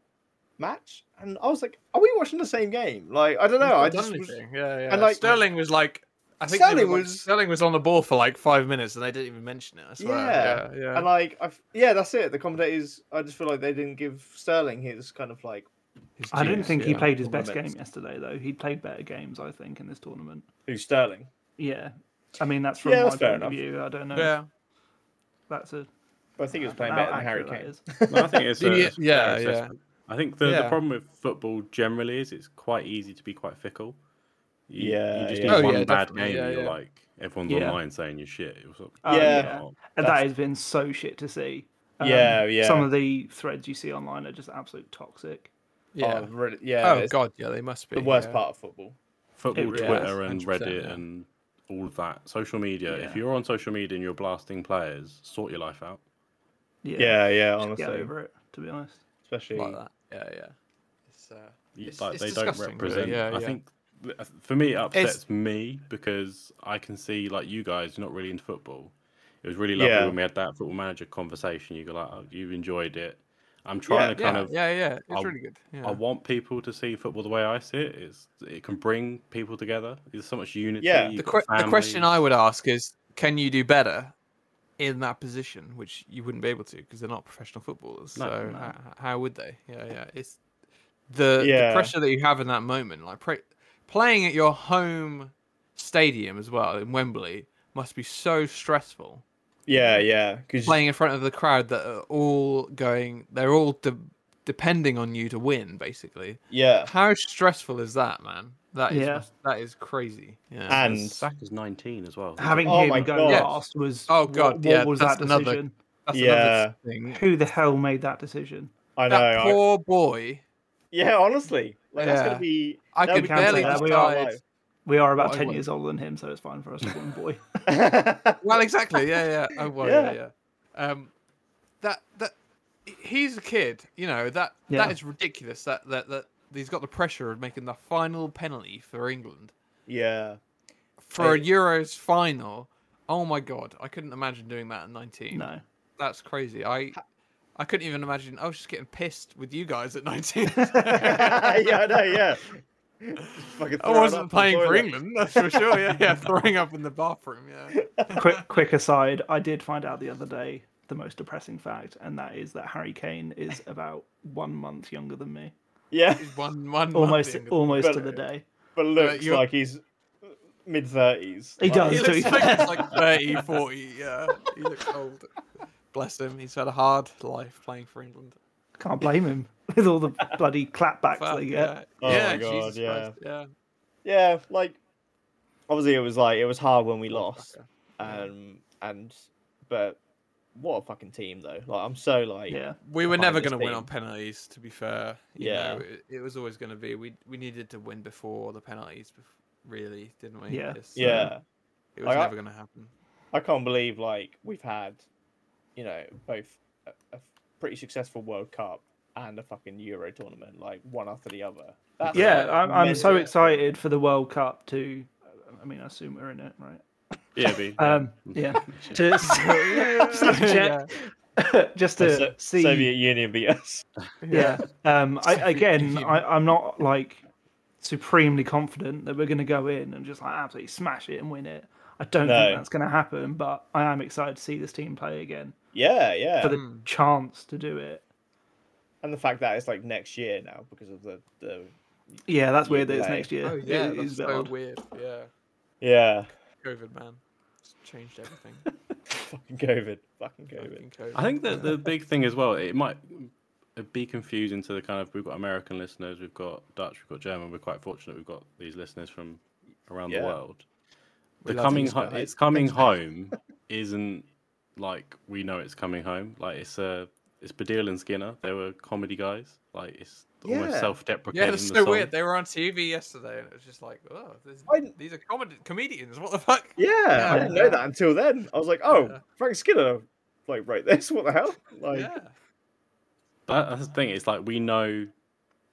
S2: match, and I was like, are we watching the same game? Like, I don't know. I
S4: He's not
S2: just
S4: done
S2: was,
S4: anything. yeah, yeah.
S2: and, like-
S4: Sterling was like, I think they
S2: Sterling
S4: were, like-
S2: was-
S4: Sterling was on the ball for like five minutes, and they didn't even mention it. I swear.
S2: Yeah,
S4: Yeah, yeah,
S2: and like, I f yeah, that's it. The commentators, I just feel like they didn't give Sterling his kind of like
S4: His
S3: I didn't
S4: juice,
S3: think he
S4: yeah.
S3: played his
S2: Couple of
S3: best
S2: minutes.
S3: game yesterday, though. He played better games, I think, in this tournament.
S2: who's Sterling.
S3: Yeah, I mean that's from my
S2: Yeah, that's
S3: point of
S2: fair enough.
S3: view. I don't know.
S4: Yeah,
S3: That's a
S2: But I think he was
S4: Uh,
S3: I don't know
S2: playing better
S3: how
S2: than Harry
S3: accurate
S2: Kane.
S3: that is.
S1: No, I think it's a,
S4: Yeah,
S1: it's a fair
S4: yeah,
S1: assessment. I think the,
S4: Yeah.
S1: the problem with football generally is it's quite easy to be quite fickle. You,
S2: Yeah,
S1: you just
S2: yeah.
S1: do
S2: Oh,
S1: one
S4: yeah,
S1: bad
S4: definitely,
S1: game
S4: yeah,
S1: and you're
S4: yeah.
S1: like everyone's
S3: Yeah.
S1: online saying you're shit. It was like,
S4: uh,
S3: Oh,
S2: Yeah.
S1: oh,
S3: And that
S2: That's-
S3: has been so shit to see. Um,
S2: Yeah, yeah.
S3: Some of the threads you see online are just absolute toxic.
S4: yeah.
S2: Oh, really, yeah.
S4: Oh
S2: it's
S4: god, yeah, they must be
S2: the worst
S4: yeah.
S2: part of football.
S1: football
S3: really
S1: Twitter
S4: is,
S1: and
S4: 100%,
S1: Reddit
S4: yeah.
S1: and all of that social media. If
S3: Yeah.
S1: you're on social media and you're blasting players, sort your life out.
S3: Yeah,
S2: Yeah, yeah.
S3: just
S2: honestly,
S3: get over it. To be honest,
S2: especially
S4: Like that. Yeah, yeah. It's, uh,
S1: You-
S4: It's-
S1: like
S4: it's
S1: they don't
S4: disgusting, really.
S1: represent.
S4: Yeah,
S1: I
S4: yeah.
S1: think th- uh, for me it upsets
S4: It's-
S1: me because I can see like you guys you're not really into football. It was really lovely
S2: Yeah.
S1: when we had that football manager conversation. You go like, oh, you enjoyed it. I'm trying to kind
S4: yeah,
S1: of.
S4: yeah, yeah. It's
S1: I'll-
S4: really good. Yeah.
S1: I want people to see football the way I see it. It's it can bring people together. There's so much unity.
S2: Yeah.
S1: you've
S4: the,
S1: got
S4: que- the question I
S1: families.
S4: would ask is can you do better in that position which you wouldn't be able to because they're not professional footballers
S1: No,
S4: so
S3: no.
S4: h- h- how would they yeah yeah it's the,
S2: Yeah.
S4: the pressure that you have in that moment like pre- playing at your home stadium as well in Wembley must be so stressful
S2: yeah, yeah. Because
S4: playing in front of the crowd that are all going they're all de- depending on you to win basically
S2: yeah,
S4: how stressful is that man that is
S3: Yeah.
S4: must- that is crazy yeah
S2: and
S1: Saka's 19 as well.
S3: having
S2: Oh my
S3: him go
S2: God.
S4: Yeah.
S3: last was
S4: Oh
S3: wh-
S4: God,
S3: What,
S4: yeah,
S3: was
S4: that's
S3: that
S4: another-
S3: decision?
S4: That's
S2: Yeah.
S4: another thing.
S3: Who the hell made that decision?
S2: I know.
S4: that
S2: I-
S4: poor boy.
S2: Yeah, honestly, like that's gonna
S4: Yeah.
S2: be.
S4: I
S2: that'll
S4: could
S2: be
S3: barely
S2: counted as
S3: decide.
S2: part of
S3: We are about
S4: Why
S3: ten
S4: would-
S3: years older than him, so it's fine for us to call him boy.
S2: life.
S4: Well, exactly. Yeah, yeah. Oh, well, yeah.
S2: Yeah.
S4: yeah, Um, that that he's a kid. You know that
S3: Yeah.
S4: that is ridiculous. That that that he's got the pressure of making the final penalty for England
S2: yeah,
S4: for a
S2: Hey.
S4: Euros final. Oh my God, I couldn't imagine doing that at nineteen.
S3: No,
S4: That's crazy. I I couldn't even imagine. I was just getting pissed with you guys at nineteen.
S2: yeah, I know. Yeah, Just fucking
S4: I
S2: throw it up
S4: wasn't
S2: the
S4: playing for
S2: toilet.
S4: England, that's for sure. Yeah, yeah, throwing up in the bathroom. Yeah.
S3: quick quick aside, I did find out the other day the most depressing fact, and that is that Harry Kane is about one month younger than me,
S2: Yeah,
S4: He's one one month
S3: almost
S4: younger than-
S3: almost to
S2: But-
S3: the day.
S2: but looks
S4: you're-
S2: like he's mid thirties.
S3: He does.
S4: He
S3: to be
S4: looks like
S3: fair.
S4: he's like 30, 40. Yeah, he looks old. Bless him. He's had a hard life playing for England.
S3: Can't blame him with all the bloody clapbacks
S4: Fuck,
S3: they get.
S4: yeah.
S2: Oh my
S4: yeah,
S2: God,
S4: Jesus
S2: yeah.
S4: Christ, yeah.
S2: Yeah, like obviously it was like it was hard when we lost,
S4: fucker. Yeah.
S2: um, and but what a fucking team though. Like I'm so like
S3: Yeah.
S4: We were
S2: behind
S4: never
S2: this
S4: going to win
S2: team.
S4: on penalties, to be fair. You
S2: Yeah.
S4: know, it, it was always going to be we we needed to win before the penalties. bef- really, didn't we?
S3: Yeah.
S4: It's, uh,
S2: Yeah,
S4: it was
S2: Like, I-
S4: never going to happen.
S2: I can't believe like we've had, you know, both a, a pretty successful World Cup and a fucking Euro tournament, like one after the other. That's
S3: yeah,
S2: like,
S3: I'm, I'm so
S2: mental.
S3: excited for the World Cup to. I mean, I assume we're in it, right?
S1: Yeah, be,
S3: Um, yeah. to, just to check- just to
S2: So-
S3: see.
S2: Soviet Union beat us.
S3: yeah. Um, I,
S4: Soviet
S3: again,
S4: Union.
S3: I, I'm not like supremely confident that we're going to go in and just like absolutely smash it and win it. I don't
S2: No.
S3: think that's going to happen, but I am excited to see this team play again
S2: Yeah, yeah.
S3: for the
S4: Mm.
S3: chance to do it.
S2: And the fact that it's like next year now because of the, the
S3: Yeah, that's weird that it's
S2: Yeah.
S3: next year.
S4: Oh
S3: It-
S4: yeah,
S3: it is
S4: that's
S3: a bit
S4: so
S3: odd.
S4: weird. Yeah,
S2: yeah,
S4: COVID man, it's changed everything.
S2: fucking COVID, fucking
S4: Fucking
S2: COVID.
S4: COVID.
S1: I think that the big thing as well, it might be confusing to the kind of we've got American listeners, we've got Dutch, we've got German. We're quite fortunate we've got these listeners from around
S2: Yeah.
S1: the world.
S4: We
S1: The
S4: love
S1: coming,
S4: these
S1: ho-
S4: guys.
S1: it's coming home, isn't like we know it's coming home. Like it's uh, it's Badil and Skinner. They were comedy guys. Like it's
S2: Yeah.
S1: almost self-deprecating.
S4: Yeah, that's
S1: the
S4: so
S1: song.
S4: weird. They were on TV yesterday, and it was just like, oh, this,
S2: I-
S4: these are comedy comedians. What the fuck?
S2: Yeah, I
S4: Yeah.
S2: didn't know that until then. I was like, oh,
S4: Yeah.
S2: Frank Skinner, like wrote this. What the hell? Like,
S4: yeah.
S1: That, that's the thing. It's like we know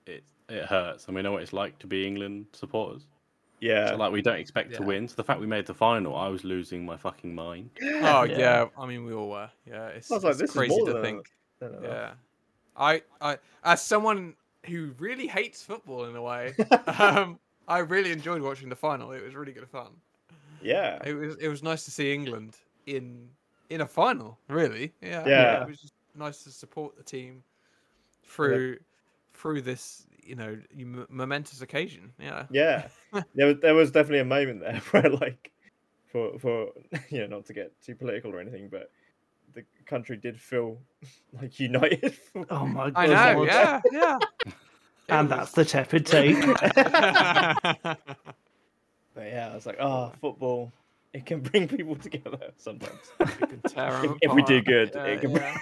S1: it it hurts, and we know what it's like to be England supporters.
S2: yeah,
S1: So, like we don't expect to
S4: Yeah.
S1: win. So the fact we made the final, I was losing my fucking mind.
S4: Oh
S3: Yeah.
S4: yeah. I mean, we all were. Yeah, it's,
S2: I was like,
S4: it's
S2: this is
S4: crazy
S2: more
S4: to
S2: than
S4: think.
S2: I don't know.
S4: Yeah, I, I, as someone who really hates football in a way, um, I really enjoyed watching the final. It was really good fun.
S2: yeah,
S4: It was, it was nice to see England in in a final. Really, yeah. I mean,
S2: Yeah.
S4: It was just nice to support the team through through this, you know, m- momentous occasion. Yeah.
S2: yeah. there, was, there was definitely a moment there where, like, for for you know, not to get too political or anything, but the country did feel like united. for-
S3: Oh my god!
S4: I know. Yeah, yeah.
S3: And that's the tepid take.
S4: that's.
S2: But yeah, I was like, oh, football, it can bring people together sometimes. Uh,
S4: tear 'em
S2: If- if we do
S4: apart.
S2: good, it
S4: Yeah,
S2: can-
S4: yeah.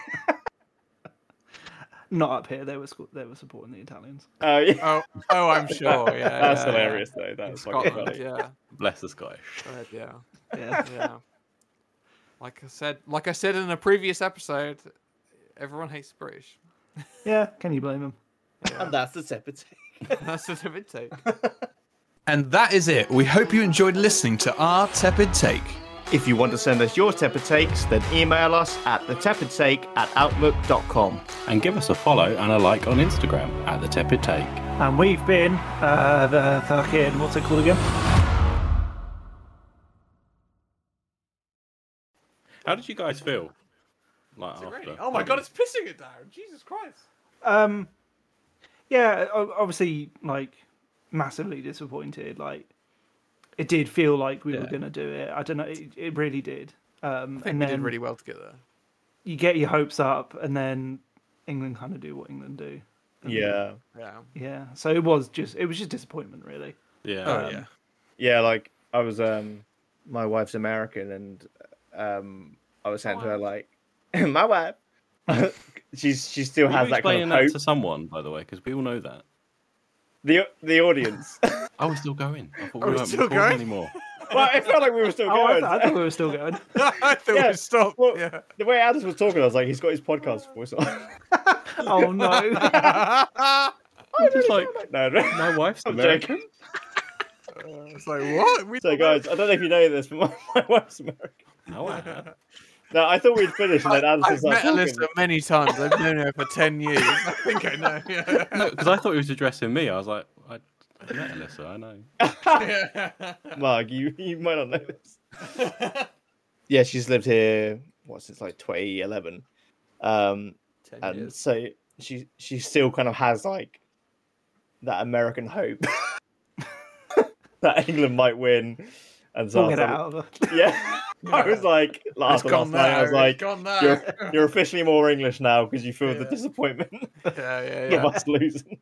S3: Not up here. They were sco- they were supporting the Italians.
S2: Oh yeah,
S4: Oh, oh, I'm sure. Yeah,
S2: that's
S4: yeah, yeah.
S2: hilarious though.
S4: In
S2: That's fucking
S4: Scotland,
S2: funny.
S4: yeah,
S1: Bless the Scottish.
S4: But, yeah,
S3: Yeah.
S4: yeah. Like I said, like I said in a previous episode, everyone hates the British.
S3: yeah. Can you blame them?
S4: Yeah.
S2: that's the separate.
S4: That's the tepid take. And that is it. We hope you enjoyed listening to our tepid take.
S2: If you want to send us your tepid takes, then email us at the tepid take at outlook.com.
S1: And give us a follow and a like on Instagram at the Tepid Take.
S3: And we've been uh, the fucking what's it called again?
S1: How did you guys feel? Like after?
S4: Oh my god, it's pissing it down. Jesus Christ.
S3: Um, yeah, o- obviously, like massively disappointed. Like it did feel like we were
S1: Yeah.
S3: gonna do it. I don't know. It, it really did. Um,
S4: I think
S3: and
S4: we
S3: then
S4: did really well together.
S3: you get your hopes up, and then England kind of do what England do.
S2: Yeah.
S4: Yeah.
S3: Yeah. So it was just it was just disappointment, really.
S1: yeah.
S4: Oh
S2: Um,
S4: yeah.
S2: Yeah, like I was um my wife's American and um I was saying to her like my wife she's she still
S1: Were
S2: has
S1: you
S2: that kind
S1: explaining
S2: of
S1: that
S2: hope.
S1: to someone, by the way? Because we all know that.
S2: The the audience.
S1: Oh, we're still going. I thought
S4: Oh,
S1: we
S4: we're
S1: weren't
S4: still
S1: recording
S4: going?
S1: anymore.
S2: well, it felt like we were still
S3: Oh, I,
S2: going.
S3: th- I thought we were still going.
S4: I thought
S2: Yeah,
S4: we stopped.
S2: well-
S4: Yeah.
S2: The way Alice was talking, I was like, he's got his podcast voice on.
S3: oh no.
S1: I'm just like,
S2: no, no.
S1: my wife's
S2: I'm
S1: American.
S2: joking.
S4: it's like what? We
S2: So guys, I don't know if you know this, but my, my wife's American.
S1: No, I have.
S2: No, I thought we'd finish and then Alice
S4: I've
S2: was like,
S4: met Alyssa many times. I've known her for ten years. I think I know. Yeah.
S1: No, because I thought he was addressing me. I was like, I, I met Alyssa. I know.
S2: Mark, you, you might not know this. yeah, she's lived here what since like 2011, um,
S4: Ten
S2: and so she she still kind of has like that American hope that England might win. And so
S3: We'll
S2: I
S3: get
S2: was
S3: it
S2: like-
S3: out of it.
S2: yeah, I was like
S4: It's
S2: last, last
S4: gone
S2: night,
S4: there.
S2: I was like,
S4: it's gone
S2: you're,
S4: there.
S2: you're officially more English now because you feel the
S4: Yeah.
S2: disappointment
S4: yeah, yeah,
S2: of
S4: yeah.
S2: us losing.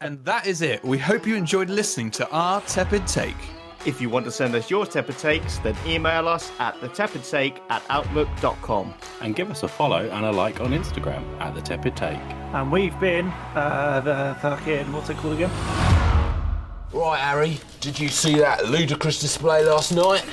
S4: And that is it. We hope you enjoyed listening to our tepid take.
S2: If you want to send us your tepid takes, then email us at the tepid take at outlook.com.
S1: And give us a follow and a like on Instagram at the Tepid Take.
S3: And we've been uh, the fucking what's it called again?
S6: Right, Harry, did you see that ludicrous display last night?